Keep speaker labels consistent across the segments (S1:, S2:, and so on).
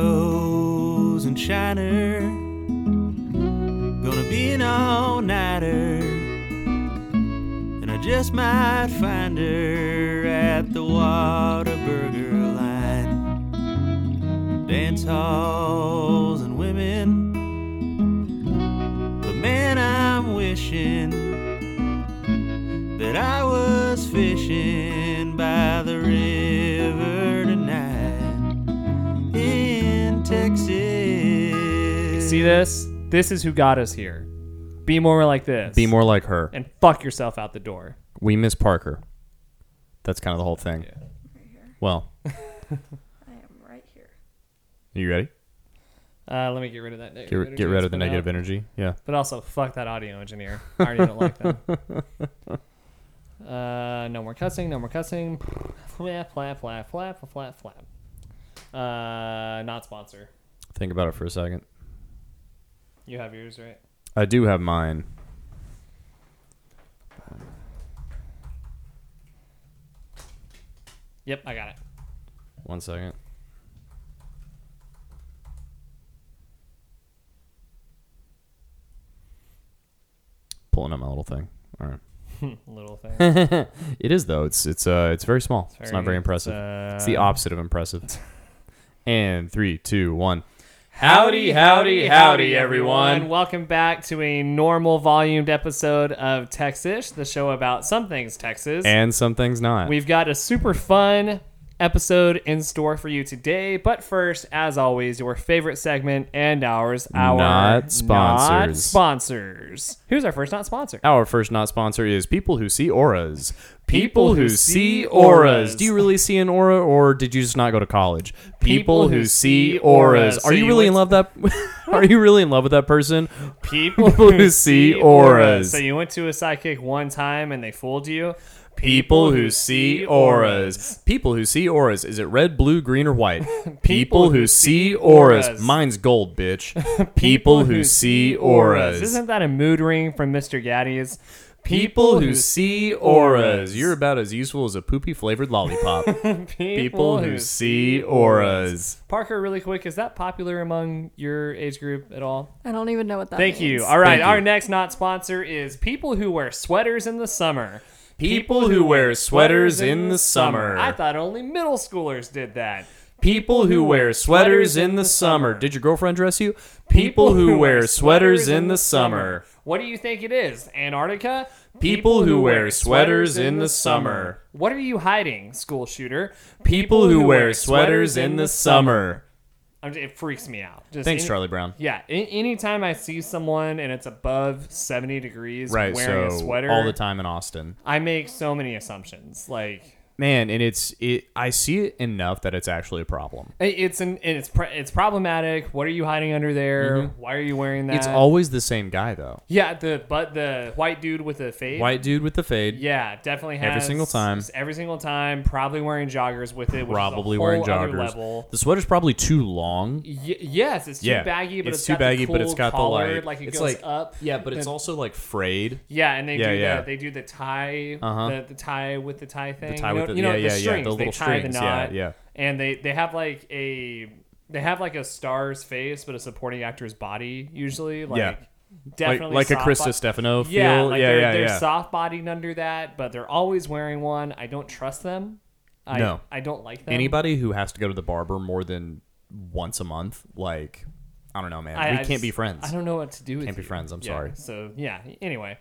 S1: Tito's and Shiner. Gonna be an all nighter. And I just might find her at the Whataburger line. Dance halls and women. But man, I'm wishing that I was fishing by the river tonight in Texas.
S2: See this? This is who got us here. Be more like this.
S3: Be more like her.
S2: And fuck yourself out the door.
S3: We miss Parker. That's kind of the whole thing.
S4: Right here.
S3: Well,
S4: I am right here.
S3: you ready?
S2: Uh, let me get rid of that. Negative
S3: Get,
S2: energy
S3: get rid
S2: that's
S3: of the
S2: put out.
S3: negative energy. Yeah.
S2: But also, fuck that audio engineer. I already don't like them. Uh, no more cussing. No more cussing. Flap, flap, flap, flap, flap, flap. Uh, not sponsor.
S3: Think about it for a second.
S2: You have yours, right?
S3: I do have mine.
S2: Yep, I got it.
S3: One second. Pulling up my little thing. All right.
S2: Little thing. It's,
S3: It is though. It's it's uh it's very small. It's, not very impressive.
S2: uh,
S3: it's the opposite of impressive. and three, two, one.
S2: Howdy, howdy, howdy, everyone. Welcome back to a normal volumed episode of Texas, the show about some things Texas.
S3: And some things not.
S2: We've got a super fun episode in store for you today. But first, as always, your favorite segment and ours, our
S3: Not sponsors.
S2: not sponsors. Who's our first not sponsor?
S3: Our first not sponsor is people who see auras.
S2: People who see auras.
S3: Do you really see an aura, or did you just not go to college?
S2: People who see auras. So
S3: Are you
S2: you
S3: really in love
S2: went-
S3: that? Are you really in love with that person?
S2: People
S3: who see auras.
S2: So you went to a psychic one time and they fooled you.
S3: People who see auras. People who see auras. Is it red, blue, green, or white? People who see auras.
S2: auras.
S3: Mine's gold, bitch. People who see auras.
S2: Isn't that a mood ring from Mr. Gaddy's?
S3: People who see auras. You're about as useful as a poopy flavored lollipop. People who see auras.
S2: Parker, really quick, is that popular among your age group at all?
S4: I don't even know what that
S2: Thank
S4: means.
S2: you. All right,
S3: Thank you.
S2: our next not sponsor is people who wear sweaters in the summer.
S3: People who wear sweaters in the summer.
S2: I thought only middle schoolers did that.
S3: People who wear sweaters in the summer. Did your girlfriend dress you? People who wear sweaters in the summer.
S2: What do you think it is? Antarctica?
S3: People who wear sweaters in the summer.
S2: What are you hiding, school shooter?
S3: People who wear sweaters in the summer.
S2: I'm j- It freaks me out. Just
S3: Thanks,
S2: any-
S3: Charlie Brown.
S2: Yeah, a- anytime I see someone and it's above 70 degrees
S3: Right,
S2: wearing
S3: so
S2: a sweater,
S3: all the time in Austin.
S2: I make so many assumptions. Like,
S3: Man, and it's it I see it enough that it's actually a problem.
S2: It- It's an and it's pr- it's problematic. What are you hiding under there? Why are you wearing that?
S3: Mm-hmm. It's always the same guy though.
S2: yeah. The but the white dude with the fade.
S3: White dude with the fade.
S2: Yeah, definitely has
S3: Every single time.
S2: Every single time, probably wearing joggers with it. Which
S3: Probably
S2: is a whole
S3: wearing
S2: other
S3: joggers.
S2: Level.
S3: The sweater's probably too long.
S2: Y- yes, it's too
S3: Yeah,
S2: baggy, but
S3: it's
S2: it's,
S3: too
S2: got the
S3: baggy, but it's
S2: cool
S3: got the,
S2: collar,
S3: like-
S2: like, it
S3: it's
S2: goes
S3: like-
S2: up.
S3: but
S2: it's
S3: also like frayed.
S2: Yeah, and they
S3: Yeah,
S2: do
S3: yeah.
S2: The, they do the tie
S3: Uh-huh.
S2: the, the tie with the tie thing.
S3: tie
S2: you know,
S3: with the-
S2: you know,
S3: yeah, yeah, yeah,
S2: strings.
S3: the
S2: they
S3: little
S2: tie
S3: strings,
S2: the
S3: yeah,
S2: knot.
S3: yeah.
S2: And they they have like a they have like a star's face, but a supporting actor's body usually. Like,
S3: Yeah. Like,
S2: Definitely
S3: like a
S2: soft
S3: Krista
S2: bo-
S3: Stefano feel.
S2: Yeah, like
S3: yeah,
S2: they're,
S3: yeah,
S2: they're
S3: yeah.
S2: soft bodied under that, but they're always wearing one. I don't trust them. I,
S3: No.
S2: I don't like them.
S3: Anybody who has to go to the barber more than once a month, like, I don't know,
S2: I,
S3: man. we
S2: I
S3: can't
S2: just-
S3: be friends.
S2: I don't know what to do. With
S3: Can't be
S2: you.
S3: friends, I'm
S2: Yeah,
S3: sorry.
S2: So yeah. Anyway,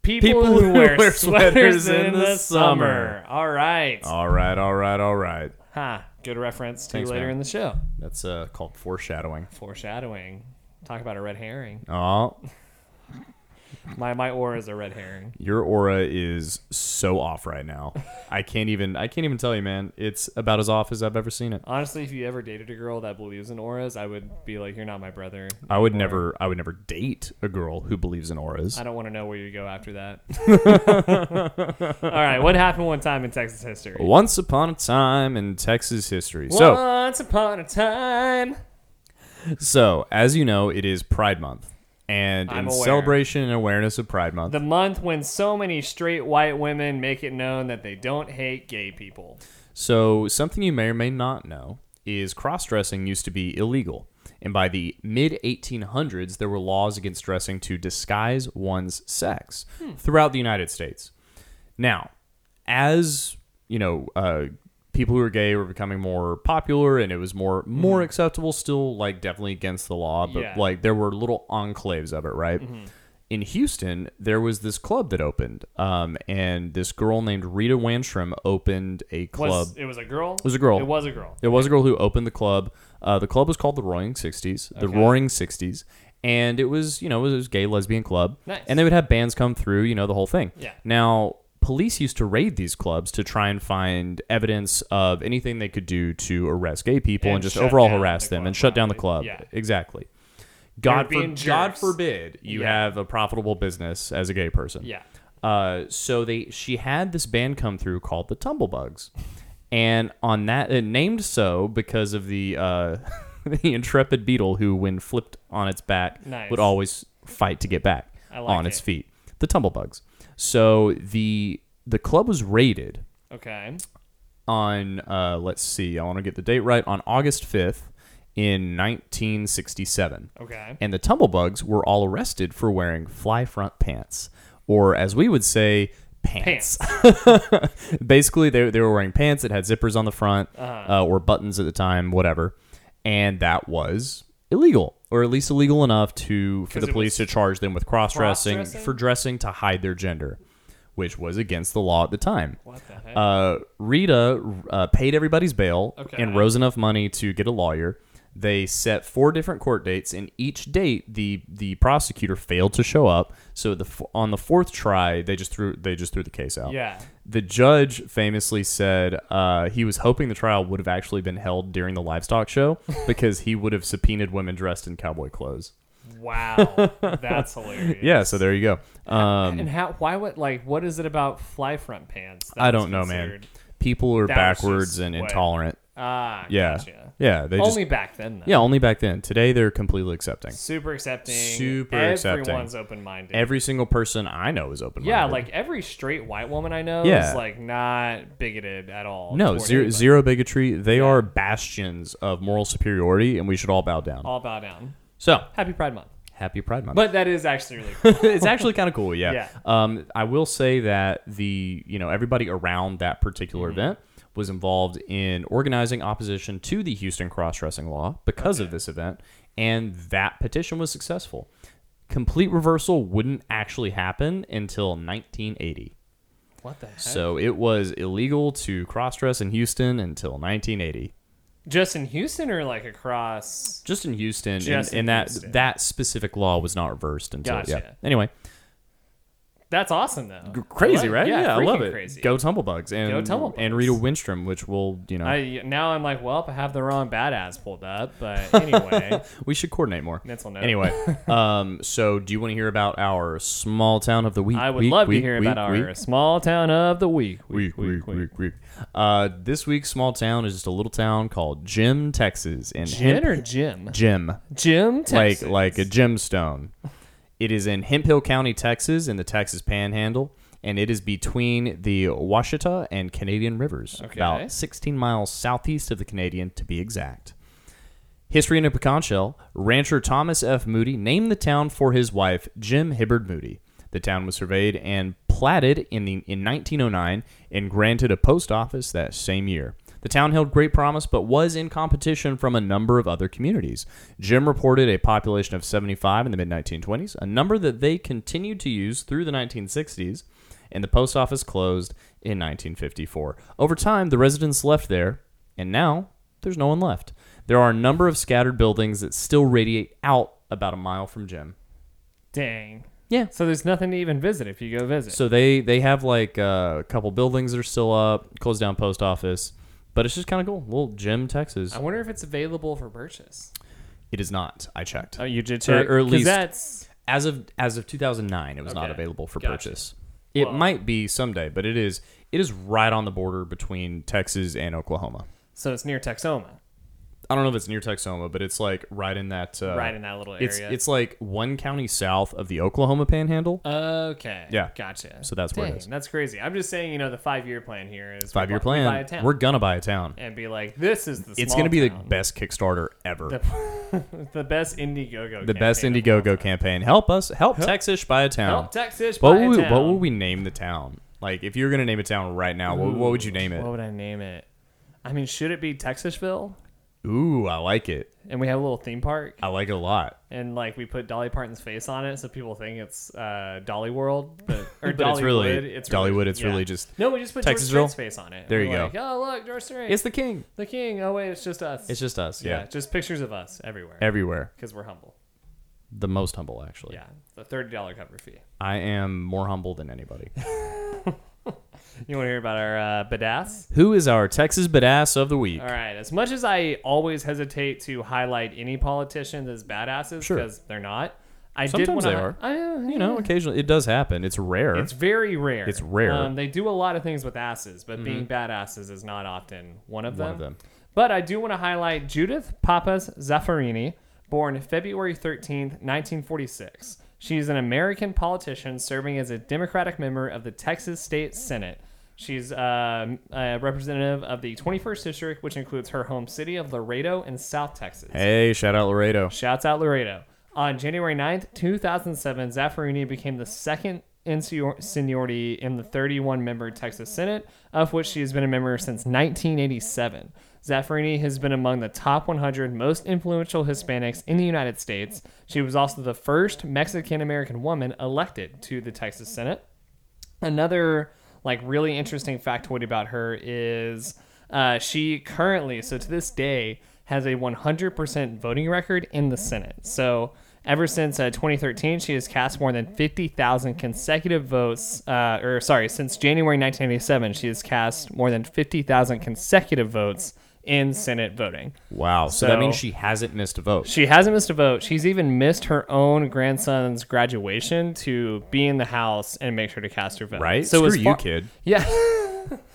S2: people, who wear, sweaters in the summer. All right.
S3: All right, all right, all right.
S2: Ha. Good reference to
S3: Thanks,
S2: later
S3: man.
S2: in the show.
S3: That's uh, called foreshadowing.
S2: Foreshadowing. Talk about a red herring.
S3: Oh,
S2: My my aura is a red herring.
S3: your aura is so off right now. I can't even. I can't even tell you, man. It's about as off as I've ever seen it.
S2: Honestly, if you ever dated a girl that believes in auras, I would be like, "You're not my brother."
S3: I would never. I would never date a girl who believes in auras.
S2: I don't want to know where you go after that. All right, what happened one time in Texas history?
S3: Once upon a time in Texas history. Oh, So,
S2: Once upon a time.
S3: so as you know, it is Pride Month, and
S2: I'm
S3: in
S2: aware.
S3: celebration and awareness of Pride Month,
S2: The month when so many straight white women make it known that they don't hate gay people.
S3: So, something you may or may not know is cross dressing used to be illegal. And by the mid 1800s, there were laws against dressing to disguise one's sex throughout the United States. Now, as you know, uh, people who are gay were becoming more popular, and it was more more acceptable. Still, like definitely against the law, but
S2: Yeah.
S3: like there were little enclaves of it, right? In Houston, there was this club that opened, um, and this girl named Rita Wanstrom opened a club.
S2: Was, it was a girl. It
S3: was a girl.
S2: It was a girl.
S3: There was a girl who opened the club. Uh, the club was called the Roaring Sixties, the
S2: Okay.
S3: Roaring Sixties, and it was you know it was, a gay lesbian club.
S2: Nice.
S3: And they would have bands come through, you know, the whole thing.
S2: Yeah.
S3: Now police used to raid these clubs to try and find evidence of anything they could do to arrest gay people and,
S2: And
S3: just
S2: shut
S3: overall
S2: down
S3: harass
S2: the
S3: them and
S2: club,
S3: shut down the
S2: right?
S3: club.
S2: Yeah.
S3: Exactly.
S2: They were
S3: God, for,
S2: being
S3: God
S2: jerks.
S3: forbid you
S2: Yeah.
S3: have a profitable business as a gay person.
S2: Yeah.
S3: Uh, so they she had this band come through called the Tumblebugs, and on that it named so because of the uh, the intrepid beetle who, when flipped on its back,
S2: Nice.
S3: would always fight to get back
S2: I like
S3: on its
S2: it.
S3: feet. The Tumblebugs. So the the club was raided
S2: Okay.
S3: on uh, let's see, I want to get the date right on August fifth in 1967
S2: Okay.
S3: and the tumblebugs were all arrested for wearing fly front pants, or as we would say, pants. Basically, they, they were wearing pants that had zippers on the front
S2: Uh-huh.
S3: uh, or buttons at the time, whatever, and that was illegal, or at least illegal enough to for
S2: 'Cause
S3: the
S2: it
S3: police to charge them with cross dressing
S2: Cross-dressing?
S3: for dressing to hide their gender, which was against the law at the time.
S2: What the heck?
S3: Uh, Rita uh, paid everybody's bail
S2: Okay.
S3: and rose enough money to get a lawyer. They set four different court dates, and each date the the prosecutor failed to show up. So the f- on the fourth try, they just threw they just threw the case out.
S2: yeah.
S3: The judge famously said uh, he was hoping the trial would have actually been held during the livestock show because he would have subpoenaed women dressed in cowboy clothes.
S2: Wow. That's hilarious.
S3: Yeah, so there you go. Um,
S2: And how? Why would like? What is it about fly front pants? that
S3: I
S2: was
S3: don't know, man.
S2: considered-
S3: People are
S2: That was just
S3: backwards and
S2: way-
S3: intolerant.
S2: Ah.
S3: Yeah,
S2: Gotcha.
S3: yeah. They just
S2: Only back then. Though.
S3: Yeah, only back then. Today they're completely accepting.
S2: Super accepting.
S3: Super
S2: Everyone's
S3: accepting.
S2: open minded.
S3: Every single person I know is open.
S2: yeah, like every straight white woman I know
S3: Yeah.
S2: is like not bigoted at all.
S3: no
S2: toward
S3: zero,
S2: anybody.
S3: zero bigotry. They are bastions of moral superiority, and we should all bow down.
S2: All bow down.
S3: So
S2: Happy Pride Month.
S3: happy Pride Month.
S2: But that is actually really cool.
S3: it's actually kind of cool. Yeah.
S2: Yeah.
S3: Um, I will say that the you know everybody around that particular event was involved in organizing opposition to the Houston cross-dressing law because of this event, and that petition was successful. Complete reversal wouldn't actually happen until 1980.
S2: what the heck?
S3: So it was illegal to cross dress in Houston until 1980.
S2: Just in Houston or like across?
S3: Just in Houston,
S2: Just
S3: and,
S2: in
S3: and that
S2: Houston.
S3: that specific law was not reversed until yeah.
S2: Gotcha.
S3: Anyway,
S2: That's awesome though.
S3: crazy,
S2: I love-
S3: right?
S2: Yeah,
S3: Yeah, I love
S2: freaking
S3: it.
S2: Crazy.
S3: Go Tumblebugs and
S2: Go Tumblebugs.
S3: and Rita Winstrom, which will you know
S2: I now I'm like, well, I have the wrong badass pulled up, but anyway,
S3: we should coordinate more.
S2: mental note.
S3: Anyway, um, so do you want to hear about our small town of the week?
S2: I would
S3: week,
S2: love
S3: week,
S2: to hear
S3: week,
S2: about our
S3: week?
S2: small town of the week.
S3: week, week, week, week. Uh, this week's small town is just a little town called Jim, Texas, and
S2: Jen or Jim?
S3: Jim.
S2: Jim Texas.
S3: like like a gemstone. It is in Hemp Hill County, Texas, in the Texas Panhandle, and it is between the Washita and Canadian rivers,
S2: Okay.
S3: about 16 miles southeast of the Canadian to be exact. History in a pecan shell. Rancher Thomas F. Moody named the town for his wife, Jim Hibbard Moody. The town was surveyed and platted in, the, in 1909 and granted a post office that same year. The town held great promise but was in competition from a number of other communities. Jim reported a population of 75 in the mid 1920s, a number that they continued to use through the 1960s, and the post office closed in 1954. Over time, the residents left there, and now there's no one left. There are a number of scattered buildings that still radiate out about a mile from Jim.
S2: dang.
S3: Yeah.
S2: So there's nothing to even visit if you go visit.
S3: So they they have like uh, a couple buildings that are still up, closed down post office, but it's just kind of cool. Little Jim, Texas.
S2: I wonder if it's available for purchase.
S3: It is not. I checked.
S2: Oh, you did
S3: Or-
S2: check.
S3: or at
S2: 'Cause
S3: least-
S2: that's
S3: As of as of 2009, it was
S2: Okay.
S3: not available for
S2: Gotcha.
S3: purchase. It
S2: Well-
S3: might be someday, but it is it is right on the border between Texas and Oklahoma.
S2: so it's near Texoma.
S3: I don't know if it's near Texoma, but it's like right in that uh,
S2: right in that little area.
S3: It's it's like one county south of the Oklahoma Panhandle.
S2: okay.
S3: Yeah.
S2: Gotcha.
S3: So that's
S2: Dang,
S3: where it is.
S2: That's crazy. I'm just saying, you know, the five year plan here is we
S3: Five year
S2: bu- we
S3: plan.
S2: buy a town
S3: We're gonna buy a town.
S2: and be like, this is the.
S3: It's
S2: small
S3: gonna be the
S2: town.
S3: best Kickstarter ever. The,
S2: the, the best Indiegogo.
S3: best
S2: campaign of all
S3: Indiegogo
S2: time.
S3: campaign. Help us. Help, Texas buy a town.
S2: Help Texas.
S3: what
S2: buy a
S3: would we,
S2: town.
S3: what would we name the town? Like if you were gonna name a town right now, what, what would you name it?
S2: What would I name it? I mean, should it be Texasville?
S3: Ooh, I like it.
S2: And we have a little theme park,
S3: I like it a lot.
S2: and like we put Dolly Parton's face on it, so people think it's uh, Dolly World, but or
S3: But it's really-
S2: Dollywood. It's
S3: Dollywood, it's really just
S2: no. We just put George
S3: Texasville.
S2: Strait's face on it.
S3: There
S2: We're
S3: you go.
S2: like, Oh look, George Strait.
S3: It's the king.
S2: the king. Oh wait, it's just us.
S3: It's just us.
S2: yeah,
S3: Yeah.
S2: just pictures of us everywhere
S3: Everywhere.
S2: because we're humble.
S3: The most humble, actually.
S2: Yeah, the thirty dollar cover fee.
S3: I am more humble than anybody.
S2: You want to hear about our uh, badass?
S3: Who is our Texas badass of the week?
S2: All right. As much as I always hesitate to highlight any politicians as badasses because
S3: Sure.
S2: they're not, I did want
S3: Sometimes
S2: to.
S3: they are.
S2: I, uh,
S3: You know, occasionally it does happen. It's rare.
S2: it's very rare.
S3: It's rare. Mm-hmm.
S2: Um, they do a lot of things with asses, but being badasses is not often one of them.
S3: One of them.
S2: But I do want to highlight Judith Papas Zaffarini, born February 13th, 1946. She's an American politician serving as a Democratic member of the Texas State Senate. She's um, a representative of the 21st District, which includes her home city of Laredo in South Texas.
S3: Hey, shout out Laredo.
S2: Shouts out Laredo. On January 9th, 2007, Zaffarini became the second in senior- seniority in the 31 member Texas Senate, of which she has been a member since 1987. Zaffarini has been among the top 100 most influential Hispanics in the United States. She was also the first Mexican American woman elected to the Texas Senate another like really interesting factoid about her is uh, she currently so to this day has a 100% voting record in the senate so ever since uh, 2013 she has cast more than 50000 consecutive votes uh, or sorry since january 1987 she has cast more than 50000 consecutive votes in senate voting
S3: Wow. So, that
S2: So-
S3: means she hasn't missed a vote.
S2: she hasn't missed a vote. She's even missed her own grandson's graduation to be in the house and make sure to cast her vote.
S3: Right?
S2: So
S3: Screw
S2: as far-
S3: you, kid.
S2: Yeah.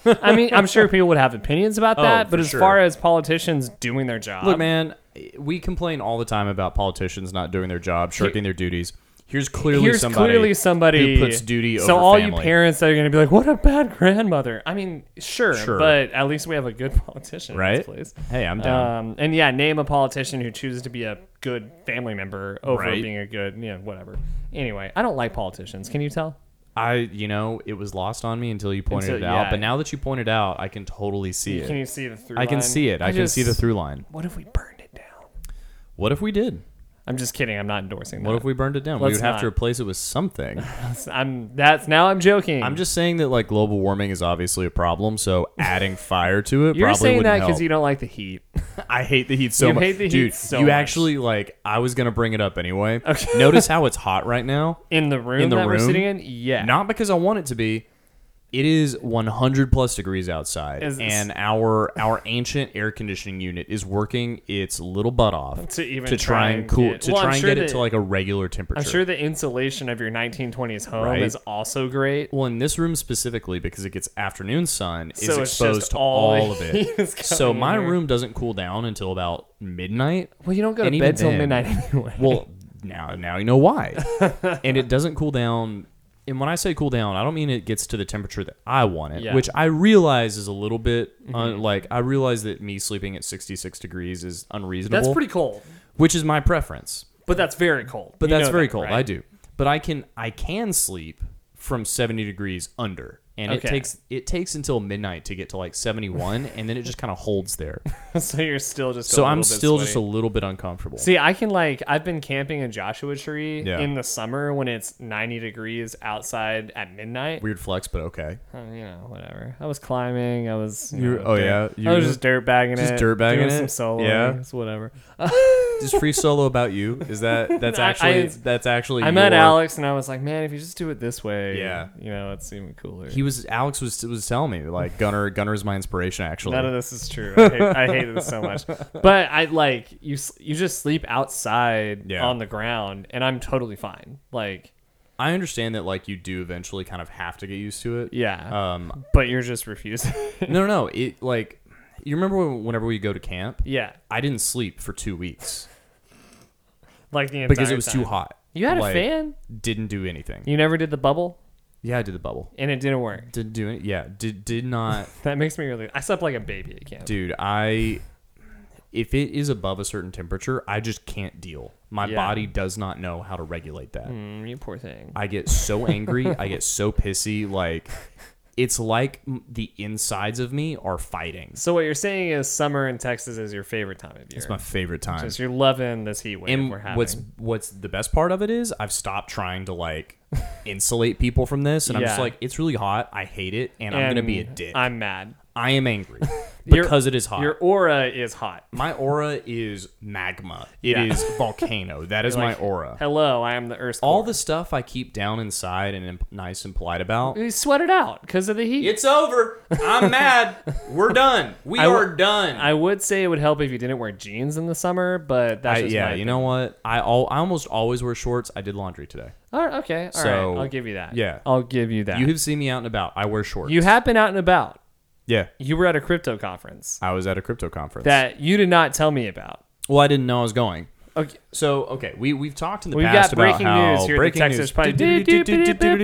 S2: I mean, I'm sure people would have opinions about that,
S3: Oh, for
S2: but as
S3: sure.
S2: far as politicians doing their job,
S3: Look, man, we complain all the time about politicians not doing their job, shirking their duties. Here's clearly
S2: here's
S3: somebody
S2: clearly somebody
S3: who puts duty
S2: So
S3: over
S2: all you
S3: family.
S2: parents that are going to be like, "What a bad grandmother." I mean, sure,
S3: Sure.
S2: but at least we have a good politician, in
S3: right?
S2: this place.
S3: Hey, I'm down.
S2: Um, and yeah, name a politician who chooses to be a good family member over
S3: Right.
S2: being a good, you know, whatever. Anyway, I don't like politicians. Can you tell?
S3: I, you know, it was lost on me until you pointed
S2: Until-
S3: it out.
S2: yeah.
S3: But now that you pointed out, I can totally see it.
S2: Can you see the through?
S3: I can
S2: line?
S3: see it. I, can
S2: just-
S3: see the through line.
S2: What if we burned it down?
S3: What if we did?
S2: I'm just kidding. I'm not endorsing that.
S3: What if we burned it down? We
S2: Let's
S3: would have
S2: not.
S3: to replace it with something.
S2: I'm that's now I'm joking.
S3: I'm just saying that like global warming is obviously a problem, so adding fire to it
S2: You're
S3: probably
S2: saying
S3: wouldn't
S2: that
S3: help.
S2: because you don't like the heat.
S3: I hate the heat so
S2: You
S3: much.
S2: hate the heat
S3: Dude,
S2: so
S3: you
S2: much.
S3: actually like I was gonna bring it up anyway. Notice how it's hot right now.
S2: In the room
S3: In the
S2: that we're
S3: room?
S2: sitting in? Yeah.
S3: Not because I want it to be. It is 100 plus degrees outside,
S2: Is-
S3: and our our ancient air conditioning unit is working its little butt off
S2: To even
S3: try
S2: try
S3: and
S2: and
S3: cool
S2: get-
S3: to
S2: well, I'm
S3: try and
S2: sure
S3: get it
S2: that-
S3: to like a regular temperature.
S2: I'm sure the insulation of your 1920s home
S3: Right.
S2: is also great.
S3: Well, in this room specifically, because it gets afternoon sun, is
S2: So it's
S3: exposed
S2: just
S3: to all,
S2: all
S3: of
S2: the
S3: it.
S2: heat is
S3: So
S2: coming in
S3: my
S2: there.
S3: room doesn't cool down until about midnight.
S2: Well, you don't go to
S3: And even
S2: bed till
S3: then-
S2: midnight anyway.
S3: Well, now now you know why. and it doesn't cool down. And when I say cool down, I don't mean it gets to the temperature that I want it,
S2: Yeah. Mm-hmm.
S3: which I realize is a little bit uh, like I realize that me sleeping at 66 degrees is unreasonable.
S2: that's pretty cold,
S3: which is my preference.
S2: but that's very cold.
S3: But
S2: You
S3: that's
S2: know
S3: very
S2: that,
S3: cold.
S2: right?
S3: I do. But I can I can sleep from 70 degrees under. And it
S2: Okay.
S3: takes it takes until midnight to get to like 71 and then it just kind of holds there.
S2: so you're still just. a
S3: so
S2: little
S3: I'm
S2: bit
S3: still just a
S2: sweaty.
S3: little bit uncomfortable.
S2: See, I can like I've been camping in Joshua Tree
S3: Yeah.
S2: in the summer when it's 90 degrees outside at midnight.
S3: Weird flex, but okay.
S2: Uh, you know, whatever. I was climbing. I was. You
S3: You're-
S2: know,
S3: oh,
S2: dirt-
S3: yeah, you
S2: I was
S3: were-
S2: just dirt bagging
S3: just
S2: it.
S3: dirt bagging
S2: doing Some
S3: it?
S2: solo.
S3: Yeah.
S2: It's whatever.
S3: Is free solo about you? Is that that's
S2: I-
S3: actually
S2: I-
S3: that's actually
S2: I met
S3: your-
S2: Alex and I was like, man, if you just do it this way,
S3: Yeah.
S2: you know, it's even cooler.
S3: He was Alex was was telling me like Gunner Gunner is my inspiration actually.
S2: None of this is true. I hate, I hate this so much. But I like you. s- You just sleep outside
S3: Yeah.
S2: on the ground, and I'm totally fine. Like,
S3: I understand that like you do eventually kind of have to get used to it.
S2: yeah.
S3: Um
S2: but you're just refusing.
S3: no no no, it like You remember when- whenever we go to camp,
S2: Yeah,
S3: I didn't sleep for two weeks
S2: like the entire
S3: because it was
S2: time.
S3: too hot.
S2: You had
S3: Like,
S2: a fan.
S3: Didn't do anything.
S2: You never did the bubble,
S3: Yeah, I did the bubble.
S2: and it didn't work.
S3: Didn't do it. Yeah, did did not.
S2: That makes me really. I slept like a baby at camp.
S3: Dude, I if it is above a certain temperature, I just can't deal. My
S2: Yeah.
S3: body does not know how to regulate that.
S2: Mm, you poor thing.
S3: I get so angry, I get so pissy like it's like m- the insides of me are fighting.
S2: So what you're saying is summer in Texas is your favorite time of year.
S3: It's my favorite time.
S2: Just you're loving this heat wave
S3: and
S2: we're having.
S3: what's what's the best part of it is I've stopped trying to like insulate people from this and I'm just
S2: Yeah.
S3: like it's really hot, I hate it and, I'm going to be a
S2: And
S3: dick. I'm,
S2: I'm mad.
S3: angry
S2: Your-
S3: because it is hot.
S2: Your aura is hot.
S3: My aura is magma. It
S2: Yeah.
S3: is volcano. That is my
S2: Like,
S3: aura.
S2: Hello, I am the Earth.
S3: All the stuff I keep down inside and imp- nice and polite about.
S2: you sweat it out because of the heat.
S3: It's over. I'm mad. We're done. We
S2: I w-
S3: are done.
S2: I would say it would help if you didn't wear jeans in the summer, but that's
S3: I-
S2: just
S3: yeah,
S2: my
S3: you know what? I all I almost always wear shorts. I did laundry today.
S2: All right, okay, all
S3: So,
S2: right, I'll give you that.
S3: yeah.
S2: I'll give you that.
S3: You
S2: You have,
S3: have seen me out and about. I wear shorts.
S2: been out and about.
S3: yeah.
S2: You were at a crypto conference
S3: I was at a crypto conference.
S2: that you did not tell me about.
S3: well, I didn't know I was going.
S2: Okay,
S3: So okay, we we've talked in the
S2: We've
S3: past
S2: got
S3: about
S2: breaking
S3: how
S2: news here at the
S3: breaking
S2: Texas
S3: news.
S2: Pride.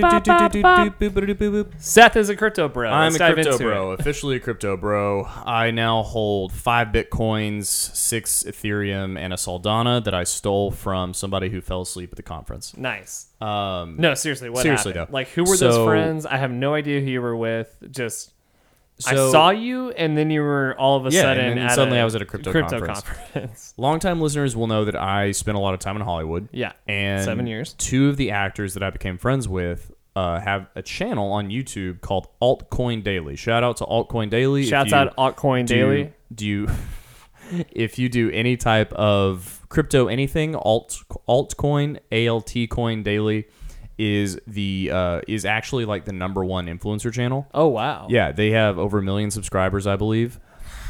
S2: Seth is a crypto bro.
S3: I'm
S2: Let's
S3: a
S2: dive
S3: crypto
S2: into
S3: bro,
S2: it.
S3: officially a crypto bro. I now hold five bitcoins, six Ethereum, and a Soldana that I stole from somebody who fell asleep at the conference.
S2: Nice.
S3: Um,
S2: No, seriously, what
S3: Seriously,
S2: happened?
S3: though.
S2: Like, who were
S3: So-
S2: those friends? I have no idea who you were with. Just,
S3: So-
S2: I saw you, and then you were all of a
S3: Yeah, and
S2: sudden.
S3: then
S2: at
S3: suddenly I was at a crypto conference.
S2: conference.
S3: Longtime listeners will know that I spent a lot of time in Hollywood.
S2: yeah,
S3: And
S2: seven years.
S3: Two of the actors that I became friends with uh, have a channel on YouTube called Altcoin Daily. Shout out to Altcoin Daily. if
S2: Shouts
S3: you-
S2: out Altcoin
S3: do-
S2: Daily.
S3: Do you, if you do any type of crypto anything, alt altcoin, alt coin daily, is the uh, is actually like the number one influencer channel.
S2: Oh wow.
S3: Yeah, they have over a million subscribers, I believe,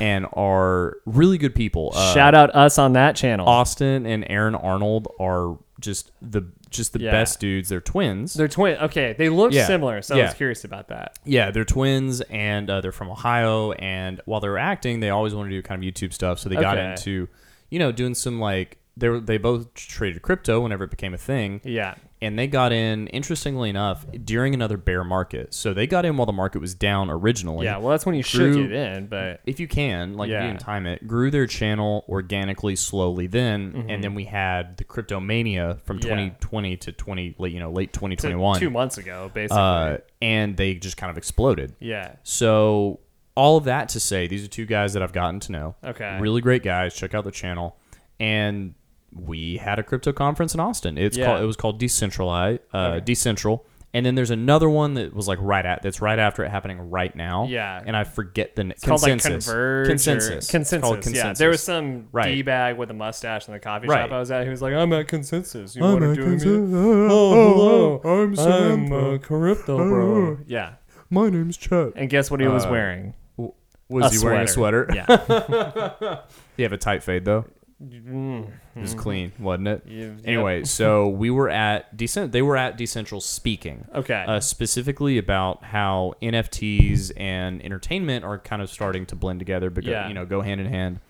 S3: and are really good people. Uh,
S2: Shout out us on that channel.
S3: Austin and Aaron Arnold are just the just the
S2: Yeah.
S3: best dudes. They're twins.
S2: They're twin. Okay, they look
S3: Yeah.
S2: similar, so I
S3: Yeah.
S2: was curious about that.
S3: Yeah, they're twins, and uh, they're from Ohio. And while they were acting, they always wanted to do kind of YouTube stuff. So they got
S2: Okay.
S3: into, you know, doing some like they were, they both traded crypto whenever it became a thing,
S2: Yeah.
S3: and they got in interestingly enough during another bear market. So they got in while the market was down originally.
S2: Yeah. Well, that's when you
S3: Drew-
S2: should get in, but
S3: If you can, like if
S2: Yeah.
S3: you can time it, grew their channel organically slowly then, and then we had the cryptomania from
S2: Mm-hmm. Yeah.
S3: 2020 to 20, late, you know, late
S2: t-
S3: 2021,
S2: two months ago, basically.
S3: uh, and they just kind of exploded.
S2: yeah.
S3: So all of that to say, these are two guys that I've gotten to know.
S2: Okay.
S3: Really great guys. Check out the channel. And we had a crypto conference in Austin. It's
S2: Yeah.
S3: called it was called Decentralized uh Decentral. And then there's another one that was like right at that's right after it happening right now.
S2: Yeah.
S3: And I forget the it's
S2: Called like
S3: consensus.
S2: Converge. or-
S3: consensus. It's
S2: Consensus.
S3: called
S2: Yeah.
S3: consensus.
S2: There was some
S3: Right.
S2: D bag with a mustache in the coffee
S3: Right.
S2: shop I was at who was like, I'm at consensus. You
S5: I'm
S2: want to
S5: at
S2: do consensus.
S5: consensus.
S2: Oh, hello.
S5: I'm
S2: I'm
S5: Samantha.
S2: a crypto
S3: Oh,
S2: bro. Yeah.
S5: My name's Chet.
S2: And guess what he was wearing?
S3: Uh, was he wearing a sweater?
S2: Yeah.
S3: He have a tight fade though.
S2: Mm.
S3: It was clean, wasn't it?
S2: Yeah.
S3: Anyway, so we were at Decent they were at Decentral speaking.
S2: Okay.
S3: uh, specifically about how NFTs and entertainment are kind of starting to blend together, but go-
S2: Yeah. Mm-hmm.
S3: you know, go hand in hand.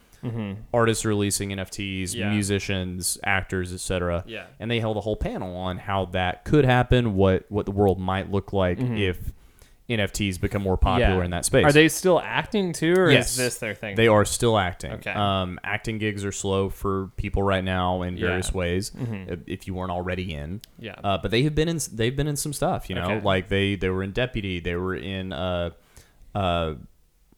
S3: Artists releasing NFTs,
S2: Yeah.
S3: musicians, actors, etc.
S2: Yeah.
S3: and they held a whole panel on how that could happen, what what the world might look like if NFTs become more popular
S2: Mm-hmm. Yeah.
S3: in that space.
S2: Are they still acting too, or
S3: Yes.
S2: is this their thing?
S3: They are still acting.
S2: Okay.
S3: Um, acting gigs are slow for people right now in
S2: Yeah. Mm-hmm.
S3: various ways. If, if you weren't already in,
S2: Yeah.
S3: Uh, but they have been in. They've been in some stuff. You know,
S2: Okay.
S3: like they they were in Deputy. They were in. Uh, uh,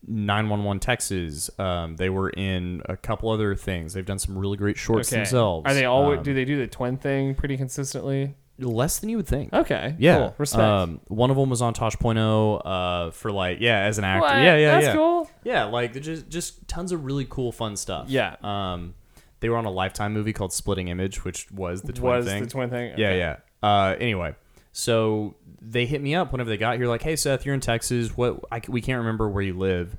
S3: 911 Texas. Um, they were in a couple other things. They've done some really great shorts
S2: okay.
S3: themselves.
S2: Are they always?
S3: Um,
S2: do they do the twin thing pretty consistently?
S3: less than you would think?
S2: Okay.
S3: Yeah,
S2: Oh, Cool. Respect.
S3: Um, one of them was on Tosh.0 uh, for like yeah, as an actor.
S2: What?
S3: Yeah, yeah,
S2: That's
S3: yeah.
S2: cool.
S3: Yeah, like they're just just tons of really cool, fun stuff.
S2: Yeah.
S3: Um, they were on a Lifetime movie called Splitting Image, which was the twin
S2: was
S3: thing.
S2: the twin thing?
S3: Yeah,
S2: Okay.
S3: yeah. Uh, anyway, so they hit me up whenever they got here, like, "Hey, Seth, you're in Texas. What? I, c- we can't remember where you live."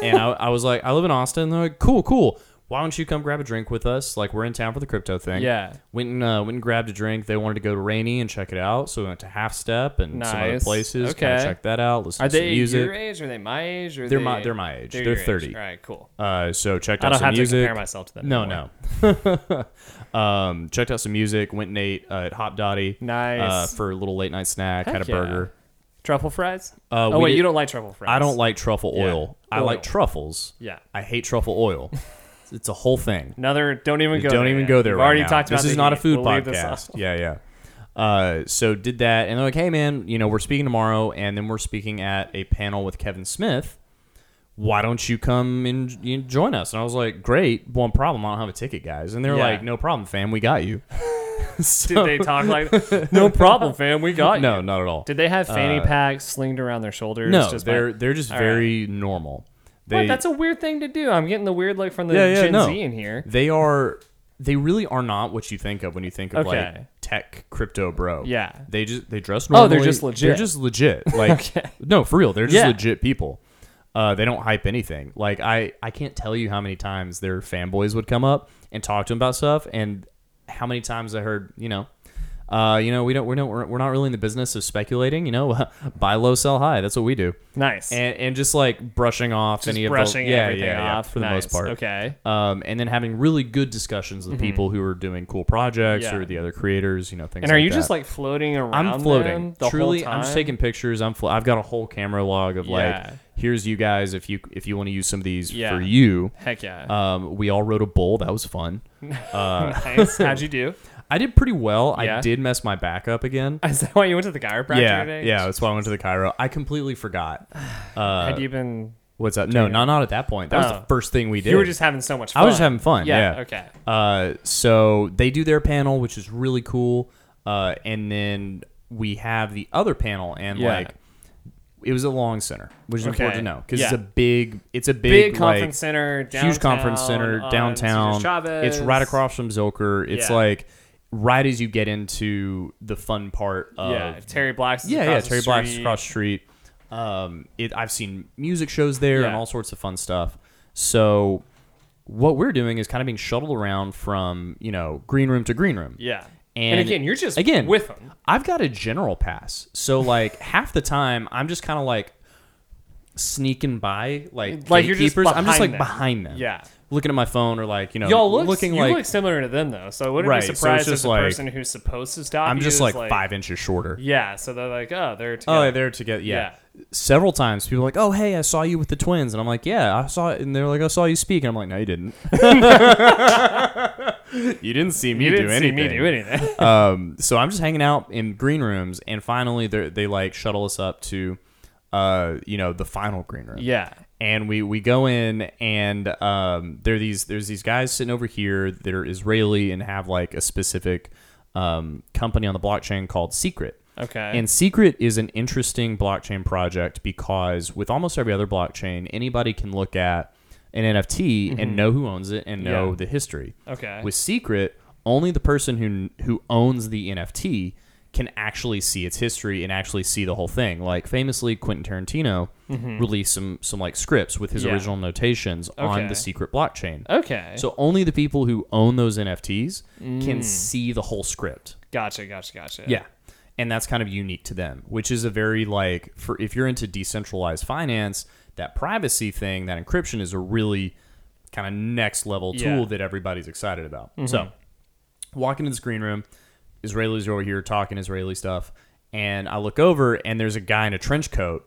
S3: and I, I was like, "I live in Austin." They're like, "Cool, cool. why don't you come grab a drink with us? Like we're in town for the crypto thing.
S2: Yeah.
S3: Went and uh, went and grabbed a drink. They wanted to go to Rainy and check it out, so we went to Half Step and some other
S2: Nice.
S3: places. Kinda
S2: Okay.
S3: check that out. Listen
S2: Are
S3: to some
S2: they
S3: music.
S2: your age? Are they my age? Or
S3: They're my- they're my age. They're
S2: your
S3: 30.
S2: All right, cool.
S3: Uh, so checked
S2: I
S3: out
S2: don't
S3: some
S2: have
S3: music.
S2: to compare myself to them.
S3: No,
S2: anymore.
S3: no. um, checked out some music. Went and ate uh, at Hop Dotty.
S2: Nice.
S3: uh, for a little late night snack. had
S2: Heck
S3: a
S2: yeah.
S3: burger.
S2: Truffle fries?
S3: Uh,
S2: oh
S3: we
S2: wait,
S3: did-
S2: you don't like truffle fries.
S3: I don't like truffle
S2: Yeah.
S3: oil. I
S2: Oil.
S3: like truffles.
S2: Yeah.
S3: I hate truffle oil. it's a whole thing.
S2: Another. Don't even go.
S3: don't
S2: there
S3: even
S2: yet.
S3: go there.
S2: We've
S3: right
S2: already
S3: now.
S2: talked about
S3: this. Is
S2: the
S3: not a
S2: heat.
S3: food
S2: We'll leave this
S3: podcast.
S2: off.
S3: Yeah, yeah. Uh, so did that, and they're like, "Hey, man, you know, we're speaking tomorrow, and then we're speaking at a panel with Kevin Smith. Why don't you come and you know, join us?" And I was like, "Great, one problem, I don't have a ticket, guys." And they're
S2: Yeah.
S3: like, "No problem, fam, we got you."
S2: Did they talk like? no problem, fam. We got
S3: no,
S2: you.
S3: not at all.
S2: Did they have fanny
S3: Uh,
S2: packs slinged around their shoulders?
S3: no,
S2: just
S3: they're
S2: Like,
S3: they're just
S2: All right.
S3: very normal. They,
S2: what? That's a weird thing to do. I'm getting the weird look from the
S3: Yeah, yeah,
S2: Gen
S3: no.
S2: Z in here.
S3: they are they really are not what you think of when you think of
S2: Okay.
S3: like tech crypto bro.
S2: Yeah.
S3: They just they dress normally.
S2: Oh, they're just
S3: They're
S2: legit.
S3: just legit. Like no, for real, they're just
S2: Yeah.
S3: legit people. Uh, they don't hype anything. Like I I can't tell you how many times their fanboys would come up and talk to them about stuff and how many times I heard, you know, uh, you know, we don't, we don't, we're, we're not really in the business of speculating. You know, buy low, sell high. That's what we do,
S2: Nice.
S3: and and just like brushing off
S2: just
S3: any
S2: brushing
S3: of the, yeah,
S2: everything
S3: yeah, yeah,
S2: off
S3: for the most
S2: Nice.
S3: part
S2: Okay. Mm-hmm.
S3: um, and then having really good discussions with people who are doing cool projects
S2: Yeah.
S3: or the other creators, you know, things.
S2: And are you
S3: that.
S2: just like floating around?
S3: I'm
S2: them
S3: floating.
S2: the whole
S3: Truly, I'm
S2: time?
S3: just taking pictures. I'm flo- I've got a whole camera log of
S2: Yeah.
S3: like, here's you guys if you if you want to use some of these
S2: Yeah.
S3: for you.
S2: Heck yeah.
S3: Um, we all rode a bull. That was fun.
S2: nice. How'd you do?
S3: I did pretty well. I
S2: Yeah.
S3: did mess my back up again.
S2: Is that why you went to the chiropractor
S3: yeah,
S2: today?
S3: yeah. uh, That's why I went to the Cairo. I completely forgot.
S2: Had you been?
S3: What's up? No, not not at that point. That was
S2: Oh.
S3: the first thing we did.
S2: You were just having so much fun.
S3: I was just having fun. Yeah.
S2: Yeah, okay.
S3: Uh, so they do their panel, which is really cool. Uh, and then we have the other panel, and
S2: Yeah.
S3: like it was a long center, which is important
S2: Okay.
S3: to know because it's
S2: Yeah.
S3: a big, it's a
S2: big,
S3: big, like,
S2: conference center, downtown,
S3: huge conference center
S2: on
S3: downtown.
S2: Cesar Chavez.
S3: It's right across from Zilker. It's
S2: Yeah.
S3: like right as you get into the fun part of
S2: yeah, Terry Black's. Is
S3: yeah, yeah,
S2: across the
S3: Terry Black's
S2: street.
S3: across the street. Um, it, I've seen music shows there and
S2: Yeah.
S3: all sorts of fun stuff. So what we're doing is kind of being shuttled around from you know green room to green room.
S2: Yeah,
S3: And,
S2: and, again, you're just
S3: again
S2: with them.
S3: I've got a general pass, so like half the time I'm just kind of like sneaking by, like
S2: Like, you're just
S3: gatekeepers. I'm just
S2: behind
S3: like
S2: them.
S3: behind them,
S2: Yeah.
S3: looking at my phone or like you know
S2: Y'all look
S3: Um, looking
S2: you
S3: like
S2: look similar to them though, so I wouldn't
S3: Right, so
S2: be
S3: it's
S2: surprised
S3: just
S2: if the
S3: like-
S2: person who's supposed to stop
S3: I'm
S2: you
S3: just
S2: is
S3: like, five inches shorter.
S2: Yeah, so they're like, oh, they're together.
S3: Oh, they're together. Yeah. Several times people are like, "Oh, hey, I saw you with the twins," and I'm like, "Yeah, I saw it." And they're like, "I saw you speak," and I'm like, "No, you didn't. you didn't see me
S2: you
S3: do
S2: didn't see
S3: anything."
S2: me do anything.
S3: um, so I'm just hanging out in green rooms, and finally they they like shuttle us up to, uh, you know, the final green room.
S2: yeah,
S3: And we we go in, and um, there are these there's these guys sitting over here that are Israeli and have like a specific um, company on the blockchain called Secret.
S2: okay,
S3: And Secret is an interesting blockchain project because with almost every other blockchain, anybody can look at an NFT and know who owns it and know
S2: Mm-hmm. Yeah.
S3: the history.
S2: okay,
S3: With Secret, only the person who who owns the NFT can actually see its history and actually see the whole thing. Like famously, Quentin Tarantino released some some like scripts with his
S2: Mm-hmm. Yeah.
S3: original notations on
S2: Okay.
S3: the Secret blockchain.
S2: okay.
S3: So only the people who own those NFTs
S2: Mm.
S3: can see the whole script.
S2: gotcha, gotcha, gotcha.
S3: Yeah. And that's kind of unique to them, which is a very like for if you're into decentralized finance, that privacy thing, that encryption is a really kind of next level
S2: Yeah. Mm-hmm.
S3: tool that everybody's excited about. So, walking into this green room, Israelis are over here talking Israeli stuff, and I look over and there's a guy in a trench coat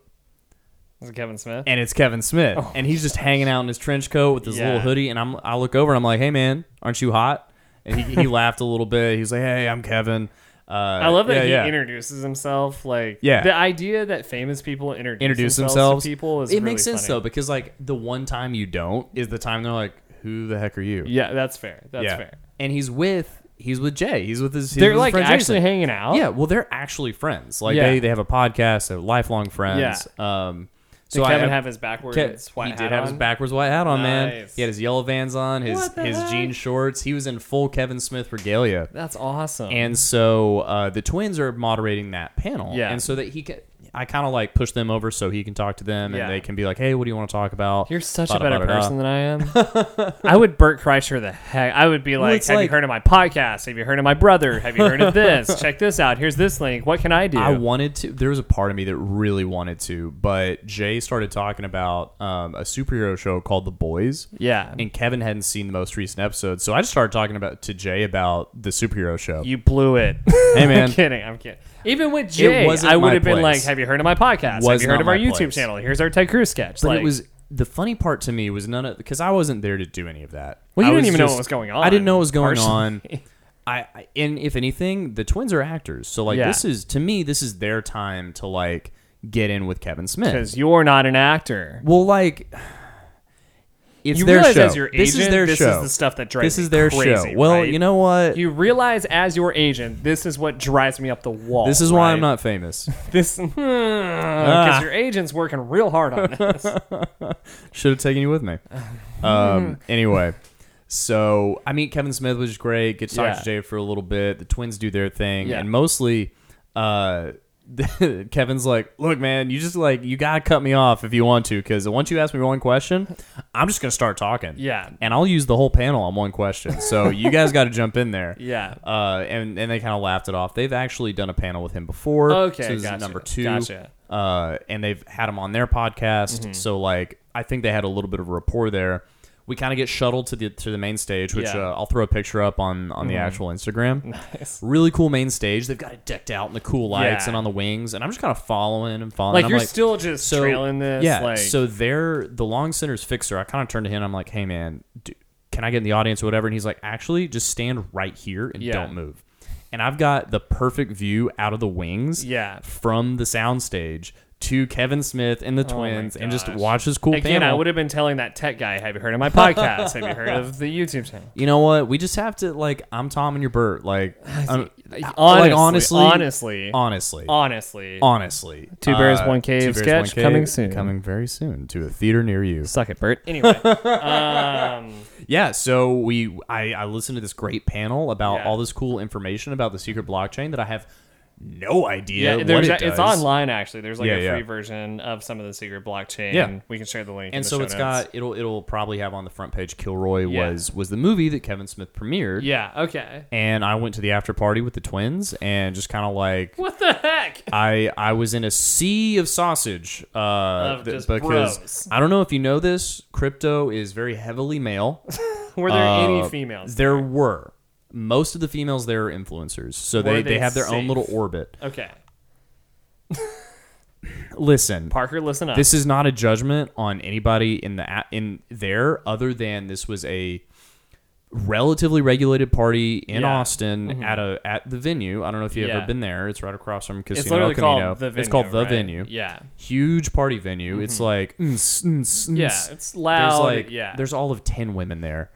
S2: Is it Kevin Smith.
S3: and it's Kevin Smith, and he's just hanging out in his trench coat with his
S2: Oh Yeah.
S3: little hoodie, and I'm I look over and I'm like, hey man, aren't you hot? And he, he laughed a little bit. He's like, hey, I'm Kevin. Uh,
S2: I love that he introduces himself. Like,
S3: Yeah.
S2: the idea that famous people introduce,
S3: introduce
S2: themselves,
S3: themselves.
S2: to people is
S3: it
S2: really
S3: makes sense
S2: funny.
S3: though because like the one time you don't is the time they're like, "Who the heck are you?"
S2: Yeah, that's fair. That's fair.
S3: And he's with he's with Jay. He's with his. he's with
S2: They're
S3: his
S2: like
S3: friend
S2: actually
S3: Jason.
S2: hanging out.
S3: Yeah, well, they're actually friends. Like
S2: Yeah.
S3: they, they have a podcast. They're lifelong friends. Um, so
S2: Did
S3: I-
S2: Kevin
S3: I,
S2: have his backwards
S3: Ke-
S2: white
S3: he did
S2: hat
S3: have
S2: on?
S3: his backwards white hat on, man.
S2: Nice.
S3: He had his yellow vans on, his
S2: What the
S3: his
S2: heck?
S3: jean shorts. He was in full Kevin Smith regalia.
S2: That's awesome.
S3: And so uh, the twins are moderating that panel.
S2: Yeah.
S3: And so that he can, I kind of like push them over so he can talk to them
S2: Yeah.
S3: and they can be like, hey, what do you want to talk about?
S2: You're such a
S3: Bada,
S2: better
S3: bada, da.
S2: person than I am. I would Burt Kreischer the heck. I would be like,
S3: it's
S2: Have you
S3: like-
S2: heard of my podcast? Have you heard of my brother? Have you heard of this? Check this out. Here's this link. What can I do?
S3: I wanted to. There was a part of me that really wanted to, but Jay started talking about um, a superhero show called The Boys.
S2: yeah.
S3: And Kevin hadn't seen the most recent episode, so I just started talking about to Jay about the superhero show.
S2: You blew it.
S3: hey
S2: I'm
S3: man,
S2: kidding. I'm kidding. Even with Jay,
S3: wasn't
S2: I would
S3: my
S2: have been like,
S3: place.
S2: Have you heard of my podcast? Have
S3: Was
S2: you heard
S3: not
S2: of our
S3: my
S2: YouTube
S3: place.
S2: channel? Here's our Ted Cruz sketch.
S3: but
S2: like,
S3: it was the funny part to me was none of because I wasn't there to do any of that.
S2: Well, you
S3: I
S2: didn't even know what was going on,
S3: I didn't know what was going
S2: personally.
S3: on. I, I and if anything, the twins are actors, so like
S2: Yeah.
S3: this is to me this is their time to like get in with Kevin Smith.
S2: Because you're not an actor.
S3: Well, like it's
S2: You
S3: their
S2: realize
S3: show.
S2: as your agent,
S3: this is their
S2: this
S3: show.
S2: is the stuff that drives
S3: this is
S2: me
S3: their
S2: crazy,
S3: show. Well,
S2: right?
S3: you know what?
S2: You realize as your agent, this is what drives me up the wall.
S3: this is why I'm
S2: right?
S3: not Ah. famous.
S2: This because your agent's working real hard on this.
S3: Should have taken you with me. Um, anyway, so I meet Kevin Smith, which is great. Get to talk
S2: Yeah.
S3: to Jay for a little bit. The twins do their thing,
S2: Yeah.
S3: and mostly, uh, Kevin's like, "Look, man, you just like you gotta cut me off if you want to, because once you ask me one question, I'm just gonna start talking.
S2: Yeah.
S3: and I'll use the whole panel on one question. So you guys got to jump in there.
S2: Yeah.
S3: Uh, and, and they kind of laughed it off. They've actually done a panel with him before.
S2: Okay,
S3: so this
S2: gotcha,
S3: is number two.
S2: gotcha.
S3: Uh, and they've had him on their podcast.
S2: Mm-hmm.
S3: So like, I think they had a little bit of rapport there. We kind of get shuttled to the to the main stage, which
S2: Yeah. Mm-hmm.
S3: uh, I'll throw a picture up on on the actual Instagram. Nice. Really cool main stage. They've got it decked out in the cool lights
S2: Yeah.
S3: and on the wings, and I'm just kind of following and following.
S2: Like
S3: I'm
S2: you're still just trailing this.
S3: yeah.
S2: Like,
S3: so they're the long center's fixer. I kind of turned to him. I'm like, hey man, do, can I get in the audience or whatever? And he's like, actually, just stand right here and
S2: Yeah.
S3: don't move. And I've got the perfect view out of the wings.
S2: Yeah.
S3: From the soundstage to Kevin Smith and the twins, and just
S2: Oh gosh.
S3: watch this cool
S2: again,
S3: panel.
S2: I would have been telling that tech guy, "Have you heard of my podcast? have you heard of the YouTube channel?"
S3: you know what? We just have to like. I'm Tom and you're Bert. Like, I'm, I-
S2: Honestly,
S3: like, honestly,
S2: honestly,
S3: honestly,
S2: honestly,
S3: honestly. Uh,
S2: Two Bears, One Cave
S3: Two Bears,
S2: sketch
S3: One Cave,
S2: coming soon.
S3: Coming very soon to a theater near you.
S2: suck it, Bert. Anyway, um,
S3: Yeah, so we I, I listened to this great panel about
S2: Yeah.
S3: all this cool information about the secret blockchain that I have no idea.
S2: yeah,
S3: what
S2: there's
S3: it
S2: a- it's
S3: does.
S2: online actually. There's like
S3: Yeah,
S2: a
S3: yeah.
S2: free version of some of the secret blockchain.
S3: Yeah.
S2: we can share the link. in
S3: And
S2: the
S3: so
S2: show
S3: it's
S2: notes.
S3: got it'll it'll probably have on the front page Kilroy
S2: Yeah.
S3: was was the movie that Kevin Smith premiered.
S2: yeah. Okay,
S3: And I went to the after party with the twins and just kind of like
S2: what the heck?
S3: I I was in a sea of sausage uh,
S2: Of
S3: th-
S2: just
S3: because
S2: bros.
S3: I don't know if you know this, crypto is very heavily male.
S2: Were there
S3: Uh,
S2: any females?
S3: There were. Most of the females there are influencers, so they,
S2: Were
S3: they
S2: they
S3: have their own
S2: safe?
S3: little orbit.
S2: Okay,
S3: Listen,
S2: Parker, listen up.
S3: this is not a judgment on anybody in the a- in there, other than this was a relatively regulated party in
S2: Yeah. Mm-hmm.
S3: Austin at a at the venue. I don't know if you've
S2: Yeah.
S3: ever been there. It's right across from Casino
S2: it's literally called
S3: Camino.
S2: the venue.
S3: it's called the
S2: right?
S3: venue.
S2: Yeah. Mm-hmm.
S3: Huge party venue. It's like mm, s- mm, s- mm,
S2: Yeah,
S3: s-
S2: it's loud,
S3: There's like
S2: yeah.
S3: there's all of ten women there,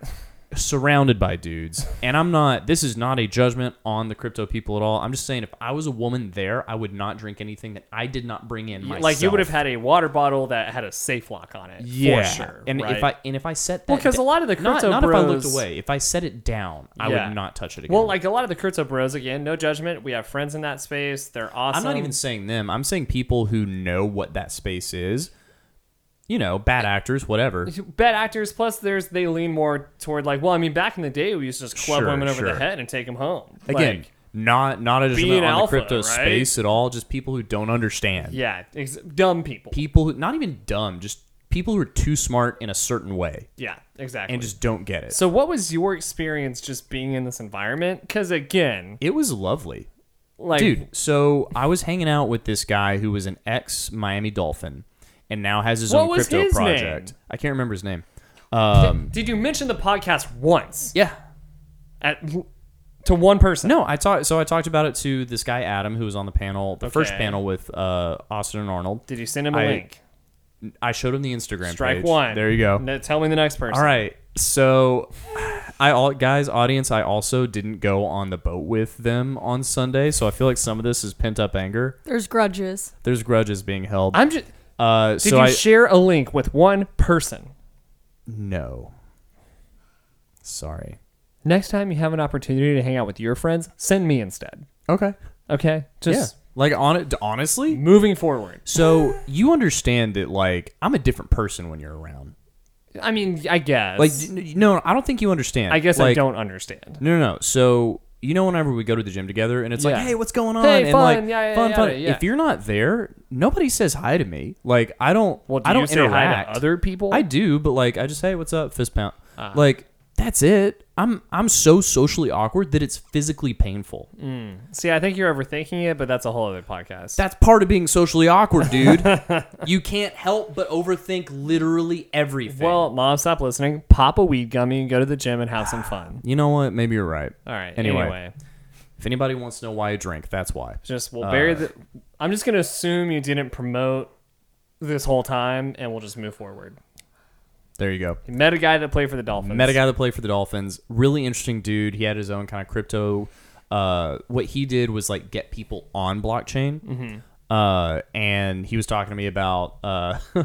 S3: surrounded by dudes. And I'm not. This is not a judgment on the crypto people at all. I'm just saying, if I was a woman there, I would not drink anything that I did not bring in myself.
S2: Like you would have had a water bottle that had a safe lock on it.
S3: yeah.
S2: For sure.
S3: And
S2: right?
S3: if I and if I set that,
S2: Well, 'cause
S3: da-
S2: a lot of the
S3: not,
S2: crypto
S3: not if I looked
S2: bros-
S3: away. If I set it down, I
S2: Yeah.
S3: would not touch it again.
S2: Well, like a lot of the crypto bros, again, no judgment. We have friends in that space. They're awesome.
S3: I'm not even saying them. I'm saying people who know what that space is. You know, bad actors, whatever.
S2: bad actors. Plus, there's they lean more toward like, well, I mean, back in the day, we used to just club
S3: Sure,
S2: women over
S3: sure.
S2: the head and take them home.
S3: again
S2: Like,
S3: not not a
S2: being
S3: judgment on
S2: alpha,
S3: the crypto
S2: right?
S3: space at all just people who don't understand
S2: yeah, ex- dumb people.
S3: people who not even dumb just people who are too smart in a certain way
S2: yeah, exactly.
S3: and just don't get it
S2: so, what was your experience just being in this environment? Because again,
S3: it was lovely
S2: like,
S3: dude so i was hanging out with this guy who was an ex miami dolphin and now has his
S2: What
S3: own
S2: was
S3: crypto
S2: his
S3: project
S2: name?
S3: i can't remember his name um
S2: did you mention the podcast once
S3: yeah
S2: at to one person?
S3: no i talked so i talked about it to this guy adam who was on the panel the first
S2: Okay.
S3: panel with uh austin and arnold
S2: Did you send him a
S3: I-
S2: link?
S3: i showed him the instagram
S2: Strike
S3: page.
S2: one.
S3: there you go
S2: No, tell me the next person.
S3: All right. So I all guys audience I also didn't go on the boat with them on Sunday, so I feel like some of this is pent up anger.
S4: There's grudges.
S3: There's grudges being held.
S2: I'm just.
S3: uh
S2: Did
S3: so
S2: you
S3: I
S2: share a link with one person?
S3: no. Sorry.
S2: Next time you have an opportunity to hang out with your friends, send me instead.
S3: Okay.
S2: Okay, just
S3: Like on it, honestly.
S2: Moving forward.
S3: So you understand that, like, I'm a different person when you're around.
S2: I mean, I guess.
S3: Like, n- no, I don't think you understand.
S2: I guess I
S3: Like,
S2: don't understand.
S3: No, no, no. So you know, whenever we go to the gym together, and it's like,
S2: Yeah.
S3: hey, what's going on?
S2: Hey,
S3: and
S2: fun,
S3: like,
S2: yeah, yeah,
S3: fun,
S2: yeah,
S3: fun.
S2: yeah, yeah.
S3: If you're not there, nobody says hi to me. Like, I don't.
S2: Well, do
S3: I don't
S2: you say hi
S3: interact.
S2: to other people? Uh-huh.
S3: I do, but like, I just hey, what's up? Fist pound. like, that's it. I'm I'm so socially awkward that it's physically painful.
S2: Mm. See, I think you're overthinking it, but that's a whole other podcast.
S3: That's part of being socially awkward, dude. you can't help but overthink literally everything.
S2: well, mom, stop listening. Pop a weed gummy and go to the gym and have some fun.
S3: you know what? Maybe you're right.
S2: All right. Anyway,
S3: Anyway, if anybody wants to know why I drink, that's why.
S2: just we'll bury the. I'm just gonna assume you didn't promote this whole time, and we'll just move forward.
S3: There you go.
S2: You met a guy that played for the Dolphins.
S3: Met a guy that played for the Dolphins. Really interesting dude. He had his own kind of crypto. Uh, what he did was like get people on blockchain. Uh, and he was talking to me about uh,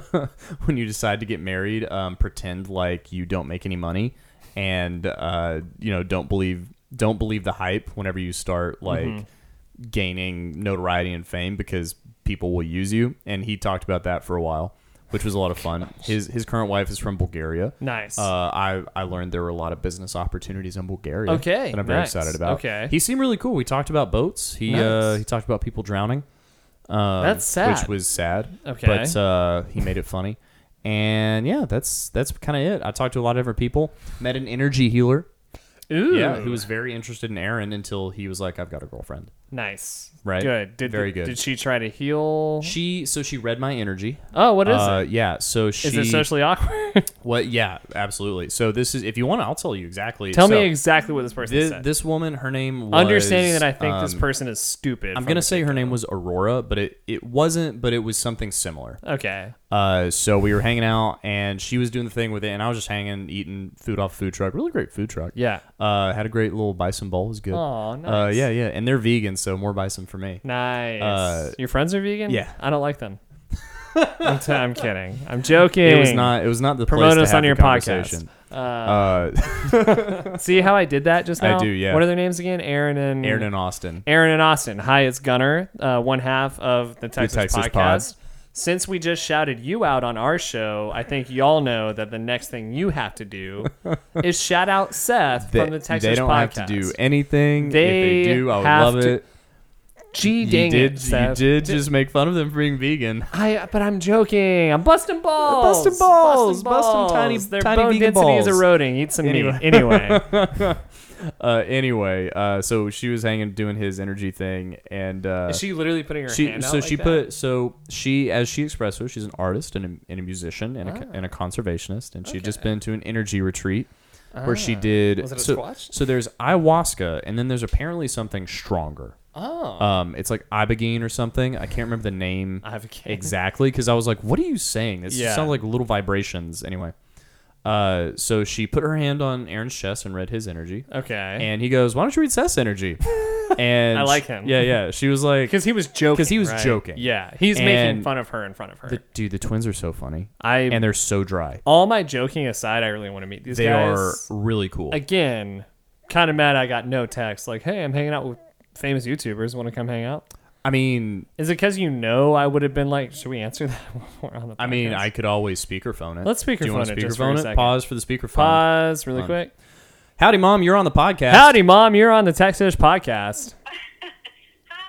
S3: when you decide to get married, um, pretend like you don't make any money, and uh, you know don't believe don't believe the hype whenever you start like gaining notoriety and fame because people will use you. And he talked about that for a while, which was a lot of fun. His his current wife is from Bulgaria.
S2: Nice.
S3: Uh, I I learned there were a lot of business opportunities in Bulgaria.
S2: Okay,
S3: that I'm very
S2: nice.
S3: excited about.
S2: Okay.
S3: he seemed really cool. We talked about boats. He uh,
S2: Nice.
S3: he talked about people drowning. Um,
S2: That's sad.
S3: Which was sad.
S2: Okay.
S3: but uh, he made it funny. And yeah, that's that's kind of it. I talked to a lot of different people. Met an energy healer.
S2: Ooh.
S3: Yeah, who was very interested in Aaron until he was like, "I've got a girlfriend."
S2: nice.
S3: Right.
S2: Good. Did
S3: Very
S2: the-
S3: good.
S2: Did she try to heal?
S3: She so she read my energy.
S2: oh, what is
S3: uh,
S2: it?
S3: Yeah, so she
S2: Is it socially awkward?
S3: what? Yeah, absolutely. So this is if you want, I'll tell you exactly.
S2: Tell
S3: So-
S2: me exactly what this person
S3: Thi-
S2: said.
S3: this woman, her name was.
S2: Understanding that I think this
S3: um,
S2: person is stupid.
S3: I'm
S2: from
S3: going to
S2: the
S3: say her name was Aurora, but it, it wasn't, but it was something similar.
S2: Okay.
S3: Uh, so we were hanging out and she was doing the thing with it, and I was just hanging, eating food off food truck. Really great food truck.
S2: Yeah.
S3: Uh, had a great little bison bowl. It was good.
S2: Aw,
S3: Uh,
S2: nice.
S3: yeah, yeah. And they're vegan, so more bison for me.
S2: Nice.
S3: Uh,
S2: Your friends are vegan?
S3: yeah.
S2: I don't like them. I'm, t- I'm kidding. I'm joking.
S3: It was not. It was not the
S2: Promote
S3: place to
S2: us
S3: have
S2: on
S3: the
S2: your podcast.
S3: conversation. Uh,
S2: See how I did that just
S3: I
S2: now?
S3: do, yeah.
S2: What are their names again? Aaron and
S3: Aaron and Austin.
S2: Aaron and Austin. Hi, it's Gunner, uh, one half of the Texas,
S3: Texas
S2: podcast.
S3: Pod.
S2: Since we just shouted you out on our show, I think y'all know that the next thing you have to do is shout out Seth
S3: They,
S2: from the Texas
S3: they don't
S2: podcast.
S3: have to do anything.
S2: They
S3: if they do, I would
S2: have
S3: love
S2: to-
S3: it.
S2: Gee,
S3: You
S2: dang it,
S3: did. you
S2: Seth.
S3: did just make fun of them for being vegan.
S2: I, but I'm joking. I'm busting balls.
S3: Busting balls. Busting tiny-
S2: Their
S3: tiny
S2: bone
S3: vegan
S2: density is
S3: balls.
S2: eroding. Eat some
S3: Anyway.
S2: meat. Anyway,
S3: uh, anyway, uh, so she was hanging doing his energy thing, and uh,
S2: is she literally putting her
S3: she-
S2: hand out
S3: so
S2: like
S3: she
S2: that?
S3: put so she as she expressed herself, she's an artist and a, and a musician and, a,
S2: Ah.
S3: and a conservationist, and she'd just been to an energy retreat where she did
S2: Ah. Was it a
S3: so,
S2: squash?
S3: so there's ayahuasca, and then there's apparently something stronger.
S2: Oh,
S3: Um, it's like ibogaine or something. I can't remember the name
S2: I have a kid.
S3: exactly because I was like, "What are you saying? This
S2: Yeah.
S3: sounds like little vibrations." Anyway, uh, so she put her hand on Aaron's chest and read his energy.
S2: Okay,
S3: and he goes, "Why don't you read Seth's energy?" And
S2: I like him.
S3: Yeah, yeah. She was like,
S2: because he was joking.
S3: 'Cause he was
S2: right?
S3: joking.
S2: Yeah, he's making
S3: And-
S2: fun of her in front of her.
S3: the, "Dude, the twins are so funny,
S2: I
S3: and they're so dry.
S2: all my joking aside, I really want to meet these
S3: They
S2: guys.
S3: are really cool."
S2: again kind of mad. I got no text like, "Hey, I'm hanging out with famous YouTubers. Want to come hang out?"
S3: I mean,
S2: Is it because you know I would have been like, "Should we answer that?" While we're on the
S3: I mean,
S2: podcast?"
S3: I could always speakerphone it.
S2: Let's
S3: Do you
S2: speakerphone
S3: want to
S2: it just for a
S3: speakerphone it?
S2: second.
S3: Pause for the speakerphone.
S2: pause really quick.
S3: Howdy, mom. You're on the podcast.
S2: Howdy, mom. You're on the Texas podcast.
S5: Hi,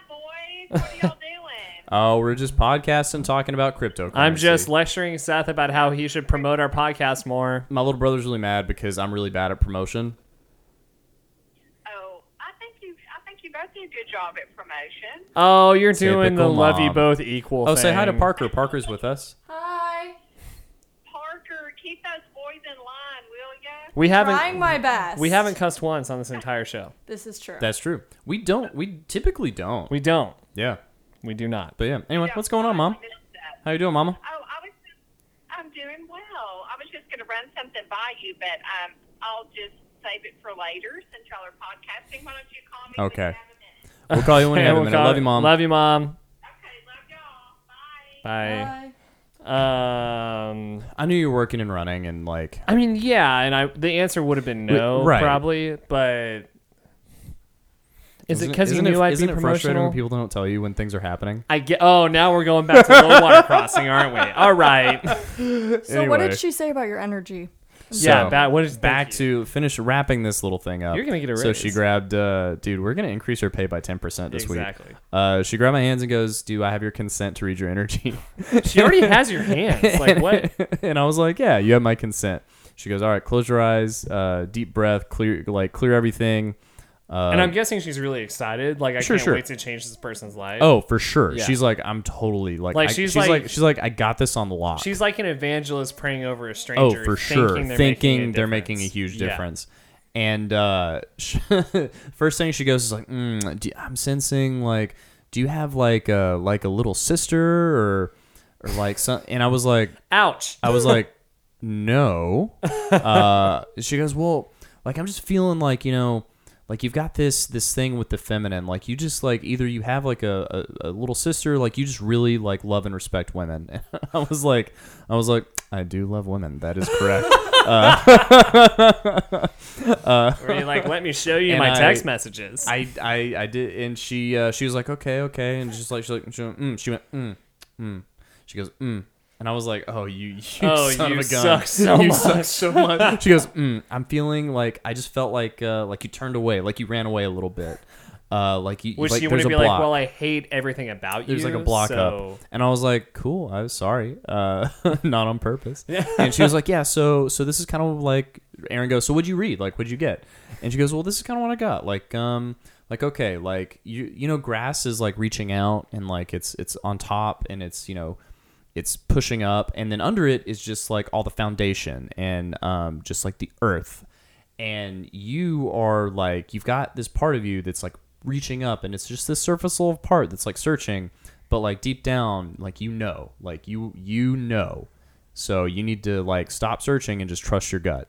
S5: boys. What are y'all doing?
S3: Oh, we're just podcasting, talking about cryptocurrency.
S2: I'm just lecturing Seth about how he should promote our podcast more.
S3: My little brother's really mad because I'm really bad at promotion.
S5: Oh, I think you. I think you both did a good job at promotion.
S2: Oh, you're doing the
S3: Typical
S2: love you
S3: mom.
S2: both equal.
S3: Oh, say hi to
S2: thing.
S3: Parker. Parker's with us.
S4: Hi.
S5: Parker, keep those boys in line, will ya?
S2: We
S4: Trying
S2: haven't
S4: my best.
S2: we haven't cussed once on this entire show.
S4: This is true.
S3: That's true. We don't. We typically don't.
S2: We don't.
S3: yeah.
S2: We do not.
S3: But yeah. Anyway,
S5: Yeah,
S3: what's going on, mom?
S5: I missed that.
S3: How you doing, mama?
S5: Oh, I was. Just, I'm doing well. I was just going to run something by you, but um, I'll just save it for later since y'all are podcasting. Why don't you call me? when
S3: Okay.
S5: you have a minute?
S3: We'll call you when you have a minute. Love you, mom.
S2: Love you, mom.
S5: Okay. Love y'all. Bye.
S2: Bye.
S4: Hi.
S2: Um,
S3: I knew you were working and running, and like,
S2: I mean, yeah, and I the answer would have been no,
S3: Right.
S2: probably, but Is it
S3: Isn't
S2: because you
S3: isn't
S2: knew I'd be
S3: isn't it frustrating
S2: promotional?
S3: when people don't tell you when things are happening?
S2: I get. Oh, now we're going back to low water crossing, aren't we? All right.
S4: So what
S3: Anyway.
S4: did she say about your energy?
S2: Yeah.
S3: So,
S2: back. What is
S3: Back
S2: thank you.
S3: to finish wrapping this little thing up.
S2: You're gonna get a
S3: So she
S2: raise.
S3: grabbed, uh, dude. We're gonna increase her pay by ten percent this
S2: Exactly.
S3: week. Uh, she grabbed my hands and goes, "Do I have your consent to read your energy?"
S2: She already has your hands. Like what?
S3: and I was like, "Yeah, you have my consent." She goes, "All right, close your eyes, uh, deep breath, clear, like clear everything." Uh,
S2: And I'm guessing she's really excited. Like I
S3: Sure,
S2: can't
S3: sure.
S2: wait to change this person's life.
S3: oh, for sure.
S2: Yeah.
S3: She's like, "I'm totally like,
S2: Like,
S3: I-
S2: she's
S3: she's,
S2: like-
S3: like, she's like, I got this on lock."
S2: She's like an evangelist praying over a
S3: oh,
S2: stranger.
S3: for sure,
S2: Thinking they're, making, a
S3: they're making a
S2: difference.
S3: huge
S2: Yeah.
S3: difference. And uh, first thing she goes is like, mm, do, "I'm sensing like, do you have like a like a little sister or or like some?" And I was like,
S2: Ouch.
S3: I was like, no. Uh, she goes, well, like I'm just feeling like you know, like you've got this this thing with the feminine. Like you just like either you have like a, a, a little sister, like you just really like love and respect women. And I was like, I was like, I do love women. That is correct.
S2: Were you like, let me show you
S3: And
S2: my
S3: I-
S2: text messages?
S3: I, I I did, and she uh, she was like, okay, okay, and just like she like she went, mm, she went, mm, mm. She goes, mm. And I was like, "Oh, you, you
S2: Oh,
S3: son
S2: you
S3: of a gun!
S2: suck so
S3: you
S2: much."
S3: suck so much!" She goes, mm, "I'm feeling like I just felt like uh, like you turned away, like you ran away a little bit, uh, like you
S2: Which
S3: like
S2: she wouldn't
S3: there's a
S2: be like,
S3: block.
S2: well, I hate everything about you.
S3: there's like a block
S2: so.
S3: up." And I was like, "Cool, I was sorry, uh, not on purpose." And she was like, "Yeah, so so this is kind of like Aaron goes, so what'd you read? Like, what'd you get?" And she goes, "Well, this is kind of what I got. Like, um, like okay, like you you know, grass is like reaching out and like it's it's on top and it's you know, it's pushing up and then under it is just like all the foundation and um just like the earth and you are like you've got this part of you that's like reaching up and it's just this surface level part that's like searching but like deep down like you know like you you know so you need to like stop searching and just trust your gut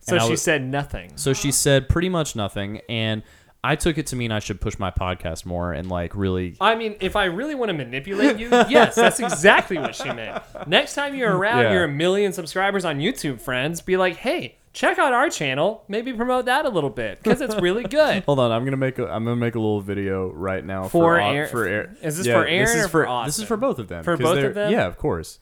S2: So
S3: And I
S2: she
S3: was-
S2: said nothing.
S3: so she said pretty much nothing and i took it to mean i should push my podcast more and like really
S2: I mean, if I really want to manipulate you, yes, that's exactly what she meant. Next time you're around,
S3: Yeah.
S2: you're a million subscribers on YouTube, friends. Be like, hey, check out our channel. Maybe promote that a little bit because it's really good.
S3: Hold on, I'm gonna make a I'm gonna make a little video right now
S2: For
S3: for Au-
S2: Aar-
S3: for Aar-
S2: is this
S3: Yeah,
S2: for Aaron
S3: is
S2: or for
S3: This
S2: Austin?
S3: is for both of them.
S2: For
S3: 'cause
S2: both
S3: they're-
S2: of them?
S3: Yeah, of course.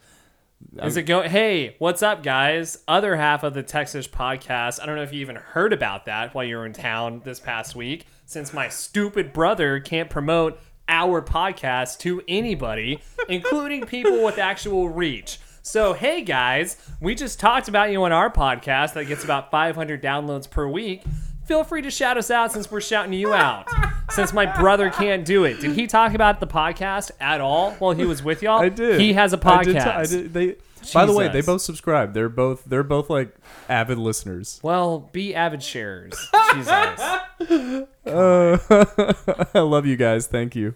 S2: Is it going? Hey, what's up, guys? Other half of the Texas podcast. I don't know if you even heard about that while you were in town this past week, since my stupid brother can't promote our podcast to anybody, including people with actual reach. So, hey guys, we just talked about you on our podcast that gets about 500 downloads per week. Feel free to shout us out since we're shouting you out. Since my brother can't do it, did he talk about the podcast at all while he was with y'all?
S3: I did.
S2: Oh, He has a podcast.
S3: I did t- I did- they, by the way, they
S2: Jesus.
S3: both subscribe. They're both they're both like avid listeners.
S2: Well, be avid sharers. Jesus.
S3: Uh, I love you guys. Thank you.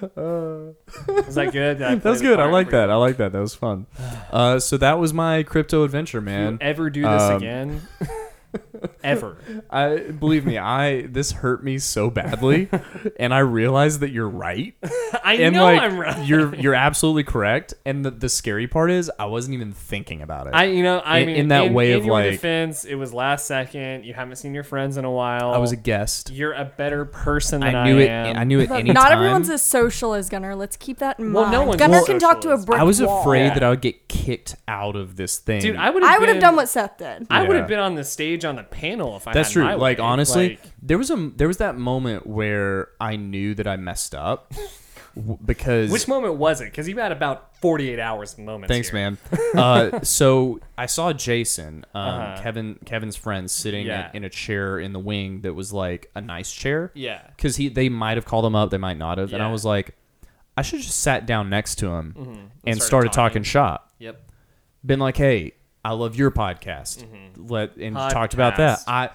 S2: Is that good? Did I play
S3: That was
S2: the
S3: good. I
S2: part
S3: like
S2: for you?
S3: that. I like that. That was fun. Uh, so that was my crypto adventure, man.
S2: Ever do this
S3: Um,
S2: again? Ever.
S3: I believe me, I this hurt me so badly, and I realized that you're right.
S2: I
S3: and
S2: know
S3: like
S2: I'm right.
S3: you're you're absolutely correct. And the, the scary part is I wasn't even thinking about it.
S2: I you know I
S3: in-
S2: mean
S3: in that way
S2: in
S3: of,
S2: your
S3: like-
S2: defense, it was last second. You haven't seen your friends in a while.
S3: I was a guest.
S2: You're a better person than I,
S3: I knew it.
S2: am.
S3: I knew it. Any
S4: Not
S3: time.
S4: everyone's as social as Gunnar. Let's keep that in
S2: Well,
S4: mind.
S2: no one's
S4: Gunnar
S2: as
S4: can
S2: social
S4: talk to a
S2: as-
S4: brick
S3: I was
S4: wall.
S3: afraid
S2: Yeah.
S3: that I would get kicked out of this thing.
S2: Dude, I would.
S4: I would
S2: would
S4: have done what Seth did.
S2: I would have
S3: Yeah.
S2: been on the stage on the panel if I.
S3: That's
S2: had
S3: true.
S2: my
S3: Like
S2: way.
S3: honestly,
S2: Like,
S3: there was a there was that moment where I knew that I messed up w- because
S2: which moment was it? Because you had about 48 hours of moments.
S3: Thanks,
S2: here.
S3: man. Uh, so I saw Jason, um, Kevin, Kevin's friend, sitting
S2: Uh-huh. Yeah.
S3: in, in a chair in the wing that was like a nice chair.
S2: Yeah.
S3: because he they might have called him up, they might not have, and
S2: Yeah. Mm-hmm.
S3: I was like, I should have just sat down next to him and
S2: started
S3: started,
S2: talking.
S3: talking. shop.
S2: Yep.
S3: Been like, hey, I love your podcast. Let and talked about that.
S2: Mm-hmm. Podcast.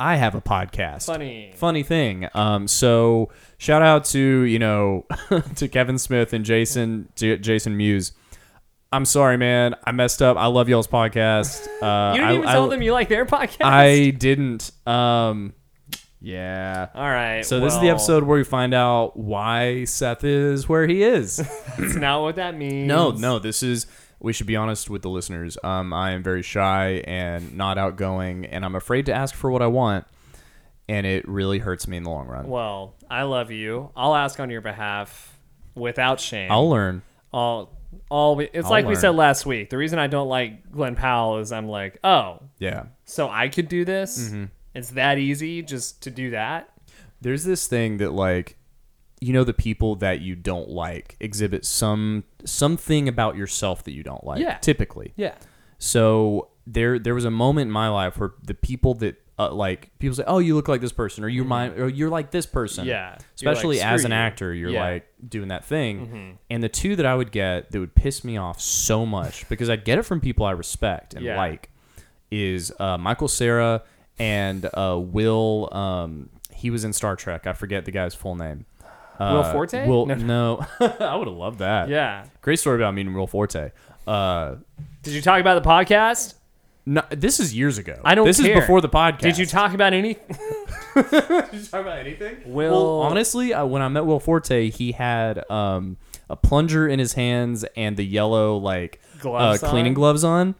S3: I I have a podcast.
S2: Funny.
S3: funny thing. Um, so shout out to you know to Kevin Smith and Jason to Jason Muse. I'm sorry, man. I messed up. I love y'all's podcast. Uh,
S2: You didn't
S3: I,
S2: even
S3: I-
S2: tell them you like their podcast.
S3: I didn't. Um, yeah.
S2: All right.
S3: So this is the
S2: well,
S3: episode where we find out why Seth is where he is.
S2: That's not what that means.
S3: no, no. This is. We should be honest with the listeners. Um, I am very shy and not outgoing, and I'm afraid to ask for what I want. and it really hurts me in the long run.
S2: Well, I love you. I'll ask on your behalf without shame.
S3: I'll learn.
S2: all all we, it's
S3: I'll
S2: like we
S3: learn.
S2: said last week. The reason I don't like Glenn Powell is I'm like, oh,
S3: Yeah.
S2: so I could do this.
S3: Mm-hmm.
S2: It's that easy just to do that.
S3: There's this thing that like you know the people that you don't like exhibit some something about yourself that you don't like
S2: Yeah.
S3: typically.
S2: Yeah.
S3: So there there was a moment in my life where the people that uh, like people say, "Oh, you look like this person," or "You mind," or "You're like this person."
S2: Mm-hmm. Yeah. You're like,
S3: Especially as
S2: "Screw
S3: an
S2: you."
S3: actor, you're
S2: Yeah. Mm-hmm.
S3: like doing that thing. And the two that I would get that would piss me off so much because I'd get it from people I respect and
S2: Yeah.
S3: like is uh, Michael Sarah and uh, Will. Um, he was in Star Trek. I forget the guy's full name.
S2: Will
S3: Uh,
S2: Forte?
S3: Will
S2: No.
S3: no, I would have loved that.
S2: Yeah.
S3: great story about meeting Will Forte. Uh,
S2: Did you talk about the podcast?
S3: no, this is years ago.
S2: I don't
S3: This
S2: care.
S3: is before the podcast.
S2: Did you talk about any?
S3: talk about anything?
S2: Will
S3: Well, honestly, I, when I met Will Forte, he had um, a plunger in his hands and the yellow like
S2: Gloves
S3: uh, cleaning
S2: on?
S3: gloves on,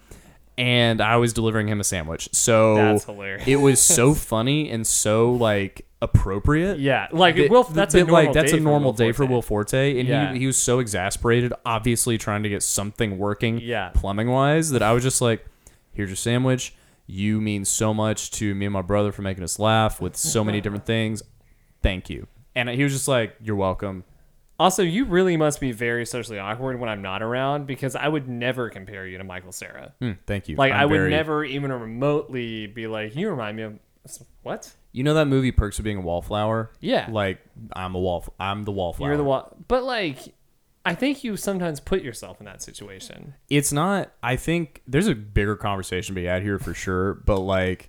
S3: and I was delivering him a sandwich. So
S2: That's hilarious.
S3: It was so funny and so like appropriate.
S2: Yeah, like
S3: That-
S2: Will. That's a
S3: that,
S2: normal
S3: like that's
S2: day
S3: a normal
S2: for
S3: day
S2: Will
S3: for
S2: Forte.
S3: Will Forte, and
S2: Yeah.
S3: he, he was so exasperated, obviously trying to get something working,
S2: Yeah.
S3: plumbing wise, that I was just like, "Here's your sandwich. You mean so much to me and my brother for making us laugh with so many different things. Thank you." And he was just like, "You're welcome."
S2: Also, you really must be very socially awkward when I'm not around because I would never compare you to Michael Sarah.
S3: Hmm, thank you.
S2: Like
S3: I'm
S2: i would
S3: very-
S2: never even remotely be like, you remind me of what?
S3: You know that movie Perks of Being a Wallflower?
S2: Yeah.
S3: Like I'm a wall. I'm the wallflower.
S2: You're the one. But like, I think you sometimes put yourself in that situation.
S3: it's not i think there's a bigger conversation to be had here for sure but like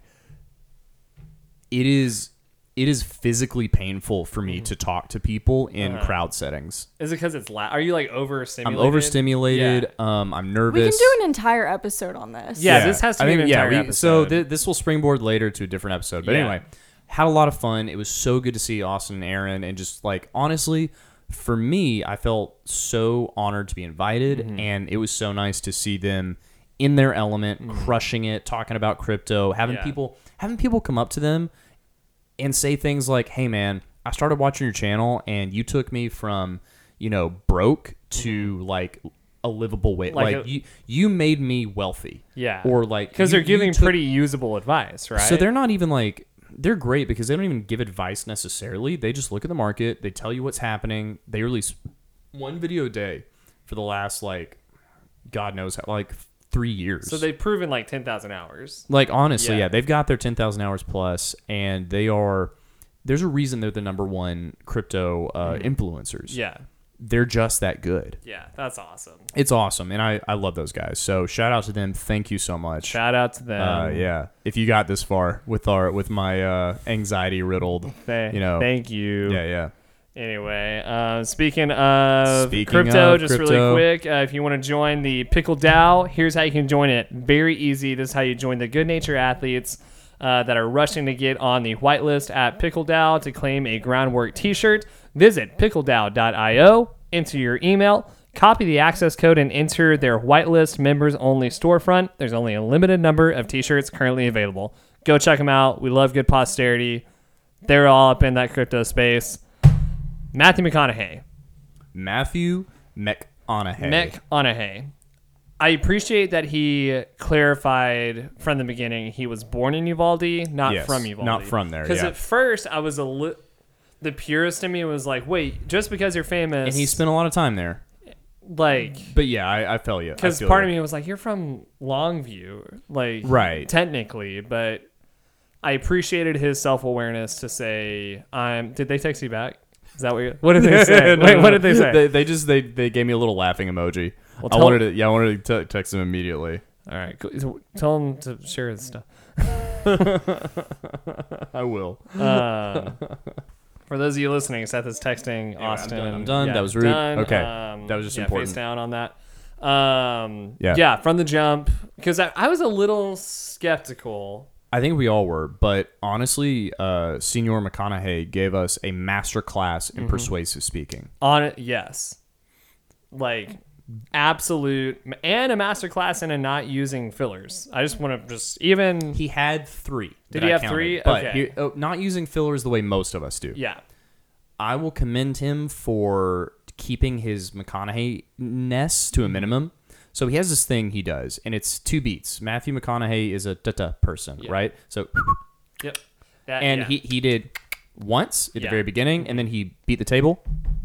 S3: it is it is physically painful for
S2: Mm-hmm.
S3: me to talk to people in crowd settings
S2: Is it because it's loud? Are you Uh-huh. like overstimulated?
S3: i'm overstimulated
S2: Yeah.
S3: um i'm
S4: We
S3: nervous
S4: can do an entire episode on this.
S2: Yeah. this has to be an entire
S3: So
S2: episode.
S3: thi- this will springboard later to a different episode. But
S2: Yeah.
S3: anyway, had a lot of fun. It was so good to see Austin and Aaron, and just like honestly, for me, I felt so honored to be invited,
S2: Mm-hmm.
S3: and it was so nice to see them in their element, crushing it, talking about crypto, having
S2: Mm-hmm. Yeah.
S3: people having people come up to them and say things like, "Hey, man, I started watching your channel, and you took me from, you know, broke to like a livable way.
S2: Mm-hmm. Like
S3: Like,
S2: a-
S3: you, you made me wealthy.
S2: Yeah.
S3: or like
S2: Because
S3: you-
S2: they're giving
S3: you took-
S2: pretty usable advice, right?
S3: So they're not even like they're great because they don't even give advice necessarily. They just look at the market. They tell you what's happening. They release one video a day for the last like God knows how like three years.
S2: so they've proven like ten thousand hours.
S3: Like honestly,
S2: Yeah.
S3: yeah, they've got their ten thousand hours plus, and they are. There's a reason they're the number one crypto uh, influencers.
S2: Mm-hmm. Yeah,
S3: they're just that good.
S2: yeah, that's awesome.
S3: It's awesome, and I I love those guys. So shout out to them. Thank you so much.
S2: Shout out to them.
S3: uh, yeah, if you got this far with our with my uh, anxiety riddled,
S2: They,
S3: you know,
S2: thank you.
S3: yeah, yeah.
S2: Anyway, uh, speaking of
S3: Speaking
S2: crypto,
S3: of
S2: just really
S3: crypto.
S2: quick, uh, if you want to join the Pickle DAO, here's how you can join it. Very easy. This is how you join the good nature athletes uh, that are rushing to get on the whitelist at Pickle DAO to claim a groundwork t shirt. Visit pickledow.io, enter your email, copy the access code, and enter their whitelist members only storefront. There's only a limited number of t shirts currently available. Go check them out. We love good posterity. They're all up in that crypto space. Matthew McConaughey.
S3: Matthew McConaughey.
S2: McConaughey. I appreciate that he clarified from the beginning he was born in Uvalde, not
S3: Yes,
S2: from Uvalde.
S3: not from there,
S2: Because
S3: yeah.
S2: at first I was a li- the purist in me was like, wait, just because you're famous,
S3: and he spent a lot of time there.
S2: like,
S3: But yeah, I, I feel you. I
S2: because
S3: feel
S2: part
S3: you.
S2: of me was like, you're from Longview, like,
S3: Right.
S2: technically, but I appreciated his self awareness to say, I'm. Did they text you back? Is that what? You, what did they say?
S3: No,
S2: wait,
S3: no,
S2: what
S3: no.
S2: did they say?
S3: They, they just they, they gave me a little laughing emoji. I
S2: tell-
S3: wanted to yeah I wanted to te- text him immediately.
S2: All right, cool. So tell him to share his stuff.
S3: I will.
S2: Um, for those of you listening, Seth is texting
S3: I'm
S2: Austin. Um,
S3: done, I'm done. That was rude. Okay. That was just
S2: yeah,
S3: important.
S2: Face down on that. Um, yeah.
S3: Yeah.
S2: from the jump, because I, I was a little skeptical.
S3: I think we all were, but honestly, uh, Senor McConaughey gave
S2: Mm-hmm.
S3: us a master class in persuasive speaking.
S2: On it, yes, like absolute and a master class in and not using fillers. I just want to just even
S3: He had three.
S2: Did
S3: that
S2: he
S3: I
S2: have
S3: counted,
S2: three?
S3: But
S2: Okay.
S3: he- oh, not using fillers the way most of us do.
S2: yeah.
S3: I will commend him for keeping his McConaughey ness to a
S2: Mm-hmm.
S3: minimum. So he has this thing he does, and it's two beats. Matthew McConaughey is a da-da person, right? So
S2: Yep. That,
S3: and
S2: yeah.
S3: he he did once at the
S2: Yeah.
S3: very beginning, and then he beat the table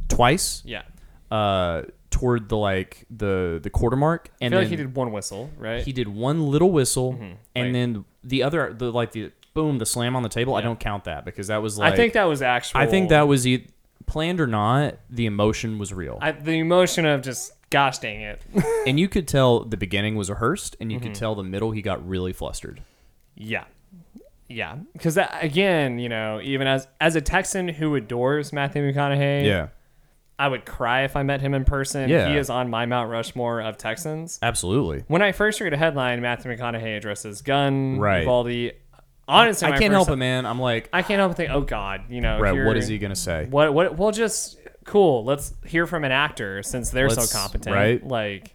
S3: twice.
S2: yeah.
S3: Uh, toward the like the the quarter mark,
S2: I
S3: and
S2: feel
S3: then
S2: like he did one whistle, right?
S3: he did one little whistle, and
S2: like-
S3: then the other the like the boom the slam on the table. I don't count that because that was like
S2: I think that was actual.
S3: I think that was e- planned or not. The emotion was real.
S2: I, the emotion of just gosh dang it.
S3: And you could tell the beginning was rehearsed, and you could
S2: Mm-hmm.
S3: tell the middle he got really flustered.
S2: Yeah. Yeah. Because again, you know, even as as a Texan who adores Matthew McConaughey, I would cry if I met him in person.
S3: Yeah.
S2: He is on my Mount Rushmore of Texans.
S3: absolutely.
S2: When I first read a headline, Matthew McConaughey addresses gun,
S3: Right.
S2: Baldy. Honestly,
S3: I
S2: my
S3: can't
S2: first-
S3: help it, man. I'm like,
S2: I can't help but think, oh God, you know,
S3: right,
S2: here-
S3: what is he gonna say?
S2: What? What? Well, just cool. Let's hear from an actor since they're
S3: Let's-
S2: so competent.
S3: right.
S2: Like,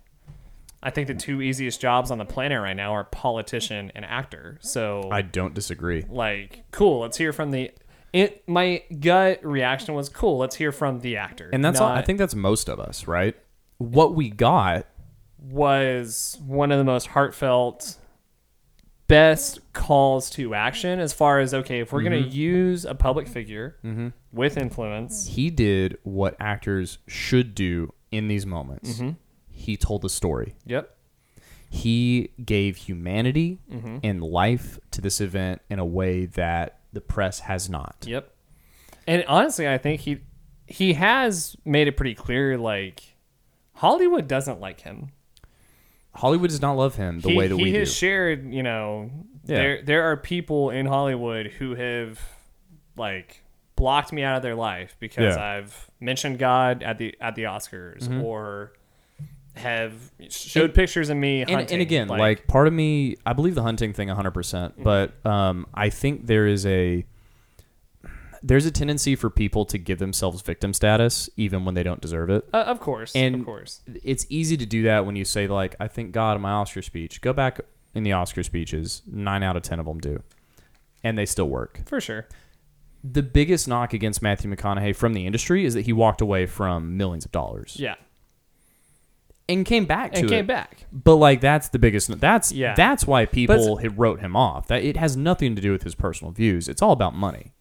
S2: I think the two easiest jobs on the planet right now are politician and actor. So
S3: I don't disagree.
S2: like cool let's hear from the it my gut reaction was cool let's hear from the actor
S3: And that's all. I
S2: not-
S3: think that's most of us, right? What we got,
S2: was one of the most heartfelt best calls to action as far as okay if we're
S3: Mm-hmm.
S2: going to use a public figure with influence
S3: he did what actors should do in these moments.
S2: Mm-hmm.
S3: He told the story.
S2: yep
S3: He gave humanity
S2: Mm-hmm.
S3: and life to this event in a way that the press has not.
S2: yep and honestly i think he he has made it pretty clear like hollywood doesn't like him
S3: Hollywood does not love him the
S2: he,
S3: way that
S2: he
S3: we do.
S2: has shared you know
S3: Yeah.
S2: there there are people in hollywood who have like blocked me out of their life because
S3: Yeah. Mm-hmm.
S2: i've mentioned god at the at the oscars or have showed pictures of me hunting.
S3: and, and again, like, part of me, I believe the hunting thing 100%, percent
S2: Mm-hmm.
S3: but um, I think there is a there's a tendency for people to give themselves victim status even when they don't deserve it.
S2: uh, of course
S3: and
S2: of course
S3: It's easy to do that when you say like I thank God in my Oscar speech. Go back in the Oscar speeches, 9 out of 10 of them do. And they still work.
S2: for sure
S3: The biggest knock against Matthew McConaughey from the industry is that he walked away from millions of dollars
S2: yeah
S3: and came back to
S2: and
S3: it.
S2: came back
S3: But like that's the biggest. That's
S2: Yeah.
S3: That's why people
S2: it's-
S3: had wrote him off. That it has nothing to do with his personal views. It's all about money.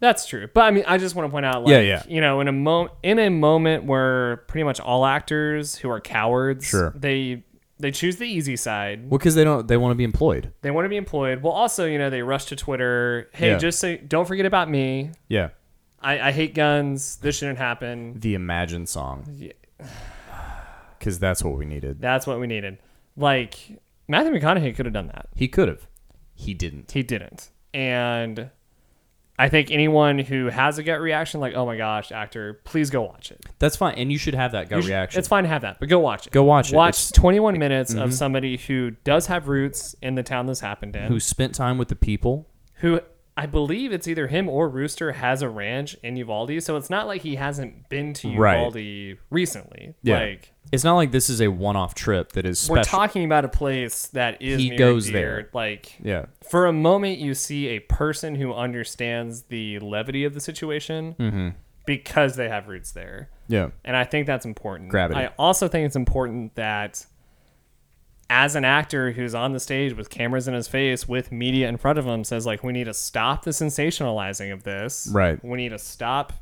S2: That's true. But I mean, I just want to point out, like,
S3: Yeah, yeah.
S2: you know, in a mo- in a moment where pretty much all actors who are cowards,
S3: Sure.
S2: they they choose the easy side.
S3: Well, because they don't. They want to be employed.
S2: They want to be employed. Well, also, you know, they rush to Twitter. Hey,
S3: Yeah.
S2: just so don't forget about me.
S3: Yeah.
S2: I, I hate guns. This shouldn't happen.
S3: The Imagine song. Because that's what we needed.
S2: That's what we needed. Like Matthew McConaughey could have done that.
S3: He could have. He didn't.
S2: He didn't. And I think anyone who has a gut reaction, like, oh my gosh, actor, please go watch it.
S3: That's fine. And you should have that gut
S2: You should-
S3: reaction.
S2: It's fine to have that, but go watch it.
S3: Go watch it.
S2: Watch
S3: It's- Mm-hmm.
S2: 21 minutes of somebody who does have roots in the town this happened in.
S3: Who spent time with the people?
S2: who I believe it's either him or Rooster has a ranch in Uvalde, so it's not like he hasn't been to
S3: Right.
S2: Uvalde recently. Like
S3: it's not like this is a one-off trip that is special.
S2: we're talking about a place that is
S3: He
S2: near and
S3: goes
S2: dear.
S3: there.
S2: Like
S3: Yeah.
S2: for a moment, you see a person who understands the levity of the situation
S3: Mm-hmm.
S2: because they have roots there.
S3: Yeah.
S2: And I think that's important.
S3: Gravity.
S2: I also think it's important that as an actor who's on the stage with cameras in his face with media in front of him says like we need to stop the sensationalizing of this.
S3: Right.
S2: We need to stop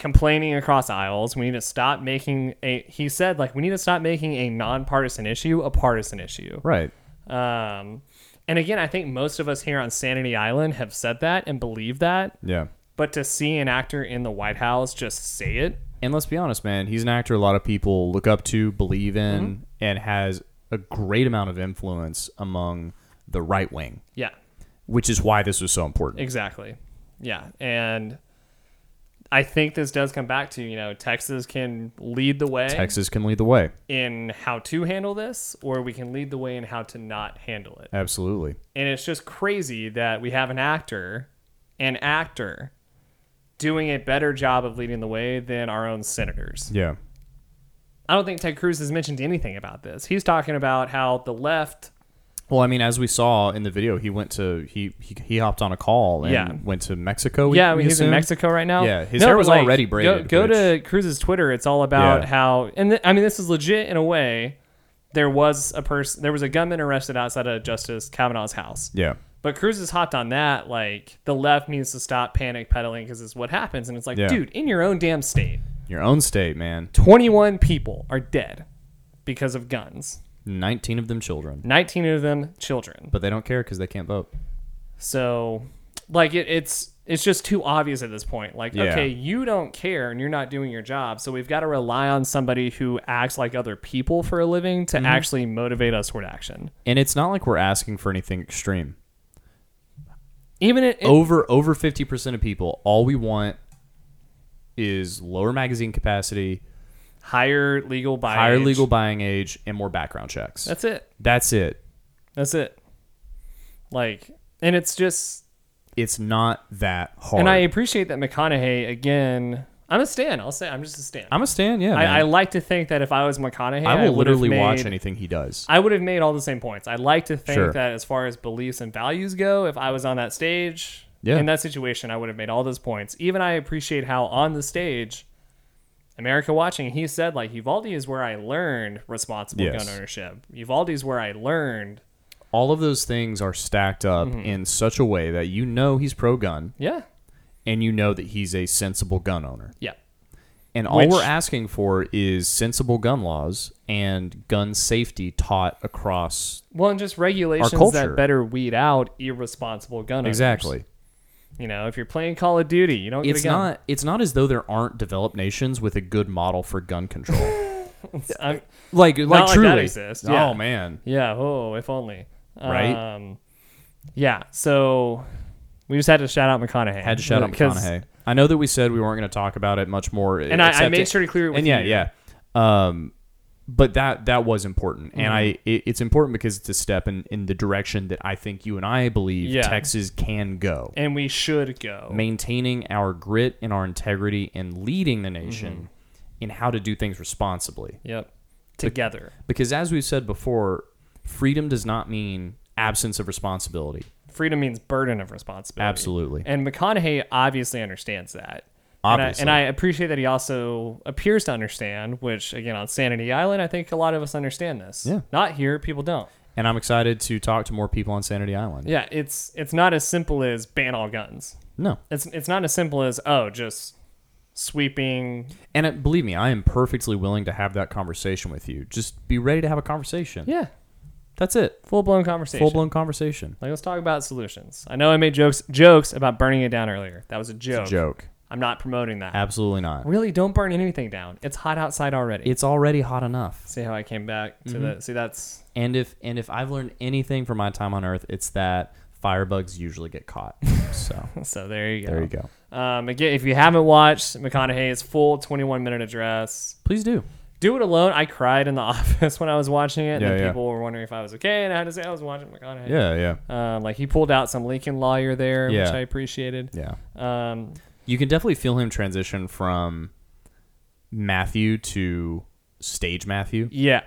S2: complaining across aisles. We need to stop making a he said like we need to stop making a nonpartisan issue a partisan issue.
S3: Right.
S2: Um and again, I think most of us here on Sanity Island have said that and believe that,
S3: Yeah.
S2: but to see an actor in the White House just say it
S3: And let's be honest, man, he's an actor a lot of people look up to, believe in,
S2: Mm-hmm.
S3: and has a great amount of influence among the right wing,
S2: Yeah,
S3: which is why this was so important.
S2: exactly. Yeah, and I think this does come back to you know Texas can lead the way
S3: Texas can lead the way.
S2: in how to handle this, or we can lead the way in how to not handle it.
S3: Absolutely.
S2: And it's just crazy that we have an actor, an actor, doing a better job of leading the way than our own senators.
S3: Yeah.
S2: I don't think Ted Cruz has mentioned anything about this. He's talking about how the left
S3: Well, I mean, as we saw in the video, he went to he he, he hopped on a call and
S2: Yeah.
S3: went to Mexico. we-
S2: yeah,
S3: we
S2: he's in
S3: assume?
S2: Mexico right now.
S3: Yeah, his hair
S2: but,
S3: was
S2: like,
S3: already
S2: go-
S3: braided,
S2: Go,
S3: which-
S2: to Cruz's Twitter. It's all about
S3: Yeah.
S2: how, and th- I mean, this is legit in a way. There was a person, there was a gunman arrested outside of Justice Kavanaugh's house.
S3: Yeah,
S2: But Cruz has hopped on that. Like the left needs to stop panic peddling because it's what happens. And it's like,
S3: Yeah.
S2: dude, in your own damn state,
S3: your own state, man.
S2: 21 people are dead because of guns.
S3: Nineteen of them children,
S2: 19 of them children.
S3: but they don't care because they can't vote.
S2: So, like it, it's it's just too obvious at this point. Like,
S3: Yeah.
S2: okay, you don't care and you're not doing your job, so we've got to rely on somebody who acts like other people for a living to
S3: Mm-hmm.
S2: actually motivate us toward action.
S3: And it's not like we're asking for anything extreme.
S2: Even it, it-
S3: over over 50% of people all we want is lower magazine capacity
S2: higher legal buy,
S3: higher
S2: age.
S3: legal buying age and more background checks
S2: That's it.
S3: that's it
S2: That's it. Like, and it's just,
S3: it's not that hard
S2: and I appreciate that McConaughey again. I'm a stan. I'll say I'm just a stan.
S3: i'm a stan yeah man.
S2: I, I like to think that if I was McConaughey,
S3: I will
S2: would have
S3: literally watch
S2: made-
S3: anything he does
S2: I would have made all the same points. I like to think
S3: Sure.
S2: that as far as beliefs and values go, if I was on that stage
S3: Yeah.
S2: in that situation, I would have made all those points. Even I appreciate how on the stage, America Watching, he said like Uvalde is where I learned responsible
S3: Yes.
S2: gun ownership. Uvalde is where I learned.
S3: all of those things are stacked up
S2: Mm-hmm.
S3: in such a way that you know he's pro-gun
S2: Yeah.
S3: and you know that he's a sensible gun owner
S2: Yeah.
S3: and all
S2: Which-
S3: we're asking for is sensible gun laws and gun safety taught across
S2: Well, and just regulations
S3: culture.
S2: that better weed out irresponsible gun owners.
S3: exactly
S2: You know, if you're playing Call of Duty, you don't get
S3: it's
S2: a gun.
S3: not it's not as though there aren't developed nations with a good model for gun control.
S2: I'm-
S3: like like
S2: like that
S3: truly.
S2: exists, yeah.
S3: Oh man.
S2: Yeah. Oh, if only.
S3: Right?
S2: Um, yeah. So we just had to shout out McConaughey.
S3: Had to shout out
S2: 'Cause-
S3: McConaughey. I know that we said we weren't going to talk about it much more.
S2: And I- I
S3: except
S2: made sure to clear it with
S3: and yeah,
S2: you.
S3: yeah. Um, but that that was important,
S2: Mm-hmm.
S3: and I it, it's important because it's a step in in the direction that I think you and I believe
S2: Yeah.
S3: Texas can go.
S2: And we should go.
S3: maintaining our grit and our integrity and leading the
S2: Mm-hmm.
S3: nation in how to do things responsibly.
S2: Yep. Together.
S3: Because as we've said before, freedom does not mean absence of responsibility.
S2: Freedom means burden of responsibility.
S3: Absolutely.
S2: And McConaughey obviously understands that.
S3: Obviously.
S2: And I, and I appreciate that he also appears to understand, which again on Sanity Island, I think a lot of us understand this.
S3: Yeah.
S2: Not here, people don't.
S3: And I'm excited to talk to more people on Sanity Island.
S2: Yeah, it's it's not as simple as ban all guns.
S3: No.
S2: It's it's not as simple as oh, just sweeping
S3: And it, believe me, I am perfectly willing to have that conversation with you. Just be ready to have a conversation.
S2: Yeah.
S3: That's it.
S2: Full blown conversation.
S3: Full blown conversation.
S2: Like let's talk about solutions. I know I made jokes jokes about burning it down earlier. That was a joke.
S3: Joke.
S2: I'm not promoting that.
S3: Absolutely not.
S2: Really, don't burn anything down. It's hot outside already.
S3: It's already hot enough.
S2: see how I came back
S3: Mm-hmm.
S2: to the see that's
S3: And if and if I've learned anything from my time on Earth, it's that firebugs usually get caught. So
S2: so there you go.
S3: there you go.
S2: Um, again, if you haven't watched McConaughey's full 21 minute address,
S3: Please do.
S2: do it alone. I cried in the office when I was watching it. And
S3: Yeah,
S2: then
S3: yeah.
S2: people were wondering if I was okay, and I had to say I was watching McConaughey.
S3: Yeah, yeah,
S2: Um, like he pulled out some Lincoln lawyer there,
S3: Yeah.
S2: which I appreciated.
S3: yeah.
S2: Um,
S3: You can definitely feel him transition from Matthew to stage Matthew.
S2: Yeah.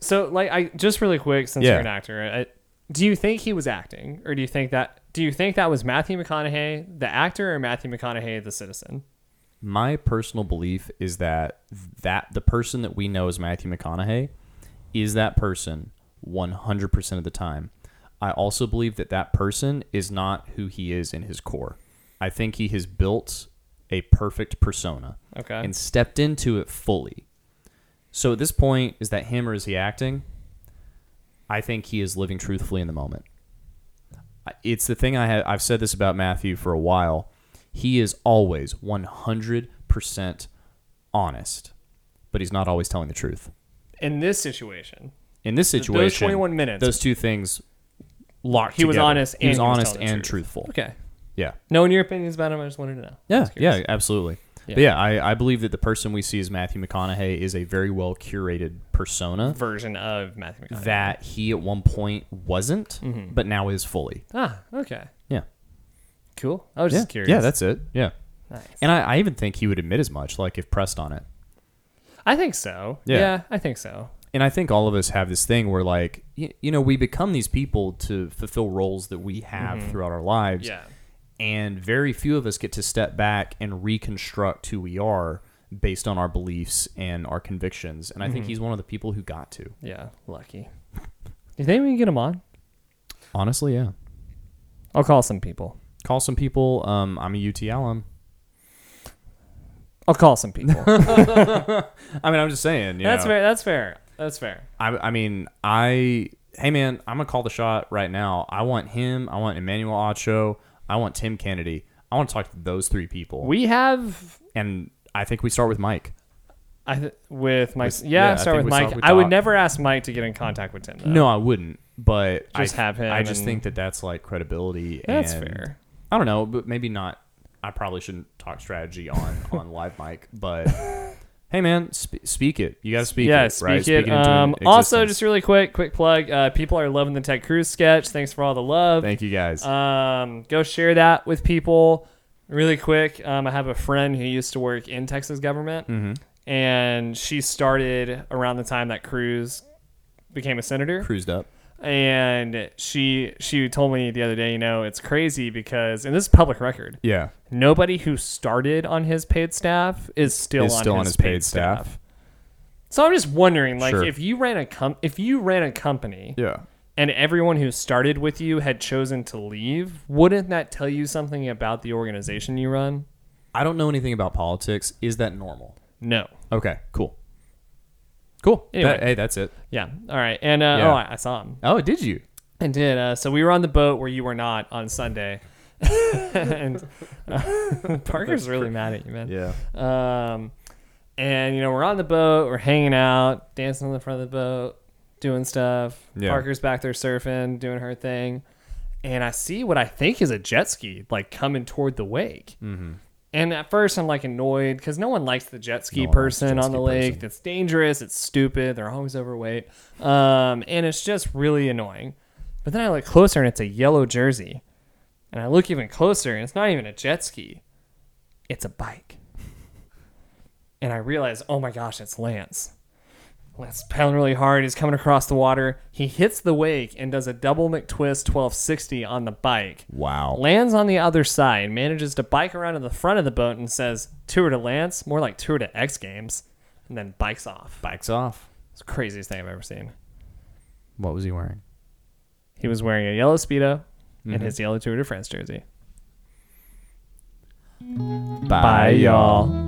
S2: So, like, I just really quick, since
S3: Yeah.
S2: you're an actor, I, do you think he was acting, or do you think that do you think that was Matthew McConaughey, the actor, or Matthew McConaughey, the citizen?
S3: My personal belief is that that the person that we know as Matthew McConaughey is that person 100% of the time. I also believe that that person is not who he is in his core. I think he has built a perfect persona
S2: Okay.
S3: and stepped into it fully. So at this point, is that him or is he acting? I think he is living truthfully in the moment. I- It's the thing I have. I've said this about Matthew for a while. He is always 100% honest, but he's not always telling the truth.
S2: In this situation,
S3: In this situation,
S2: 21 minutes.
S3: those two things locked.
S2: He was
S3: together.
S2: honest
S3: He was
S2: and he was
S3: honest
S2: telling the
S3: and
S2: truth.
S3: truthful.
S2: okay.
S3: Yeah.
S2: Knowing your opinions about him, I just wanted to know. I
S3: Yeah,
S2: was curious.
S3: yeah, absolutely.
S2: Yeah.
S3: But yeah, I, I believe that the person we see as Matthew McConaughey is a very well curated persona
S2: Version of Matthew McConaughey.
S3: that he at one point wasn't,
S2: Mm-hmm.
S3: but now is fully.
S2: ah, okay,
S3: Yeah.
S2: cool. I was
S3: Yeah.
S2: just curious.
S3: Yeah, that's it. Yeah.
S2: nice.
S3: And I, I even think he would admit as much, like if pressed on it.
S2: I think so.
S3: Yeah.
S2: yeah, I think so.
S3: and I think all of us have this thing where like you, you know we become these people to fulfill roles that we have throughout our lives.
S2: Mm-hmm. Yeah.
S3: And very few of us get to step back and reconstruct who we are based on our beliefs and our convictions. And I think he's one of the people who got to.
S2: Yeah, lucky. You think we can get him on?
S3: Honestly, yeah.
S2: I'll call some people.
S3: Call some people. Um, I'm a UT alum.
S2: I'll call some people.
S3: I mean, I'm just saying. You
S2: That's
S3: know.
S2: fair. That's fair. That's fair.
S3: I, I mean, I hey man, I'm gonna call the shot right now. I want him. I want Emmanuel Ocho. I want Tim Kennedy. I want to talk to those three people.
S2: We have
S3: and I think we start with Mike.
S2: I th- with Mike.
S3: With-
S2: yeah,
S3: yeah, I
S2: start with
S3: think we start
S2: Mike.
S3: with
S2: I would
S3: Doc.
S2: never ask Mike to get in contact with Tim. Though.
S3: No, I wouldn't. But
S2: Oh. Just
S3: I,
S2: have him
S3: I just
S2: and-
S3: think that that's like credibility.
S2: That's
S3: and-
S2: fair.
S3: I don't know, but maybe not. I probably shouldn't talk strategy on on live mic, but hey, man, sp- speak it. You got to speak.
S2: yeah,
S3: it,
S2: speak
S3: right?
S2: it.
S3: into
S2: Um, also,
S3: existence.
S2: just really quick, quick plug. Uh, people are loving the Ted Cruz sketch. Thanks for all the love.
S3: thank you guys.
S2: Um, go share that with people. Really quick, um, I have a friend who used to work in Texas government,
S3: Mm-hmm.
S2: and she started around the time that Cruz became a senator
S3: Cruised up.
S2: and she she told me the other day, you know, it's crazy because and this is public record.
S3: Yeah,
S2: Nobody who started on his paid staff is still,
S3: is
S2: on,
S3: still
S2: his
S3: on his paid staff.
S2: So I'm just wondering, like,
S3: Sure.
S2: if you ran a com- if you ran a company,
S3: Yeah.
S2: and everyone who started with you had chosen to leave, wouldn't that tell you something about the organization you run?
S3: I don't know anything about politics. Is that normal?
S2: No.
S3: Okay, cool. Cool.
S2: Anyway.
S3: That- hey, that's it.
S2: Yeah. All right. And uh,
S3: Yeah.
S2: oh, I, I saw him.
S3: Oh, did you?
S2: I did. Uh, so we were on the boat where you were not on Sunday. and uh, Parker's really mad at you, man.
S3: Yeah.
S2: Um, and you know we're on the boat, we're hanging out, dancing on the front of the boat, doing stuff.
S3: Yeah.
S2: Parker's back there surfing, doing her thing, and I see what I think is a jet ski like coming toward the wake. Mm-hmm. And at first I'm like annoyed because no one likes the jet ski
S3: one likes
S2: person
S3: jet
S2: on the
S3: ski
S2: lake.
S3: person.
S2: It's dangerous. It's stupid. They're always overweight, um, and it's just really annoying. But then I look closer and it's a yellow jersey, and I look even closer and it's not even a jet ski. It's a bike and I realize, oh my gosh, it's Lance. Lance pounding really hard. He's coming across the water. He hits the wake and does a double McTwist 1260 on the bike.
S3: Wow.
S2: Lands on the other side, manages to bike around to the front of the boat and says, Tour to Lance, more like Tour to X Games, and then bikes off.
S3: Bikes off.
S2: It's the craziest thing I've ever seen.
S3: What was he wearing?
S2: He was wearing a yellow Speedo and his yellow Tour de France jersey.
S3: Bye, y'all.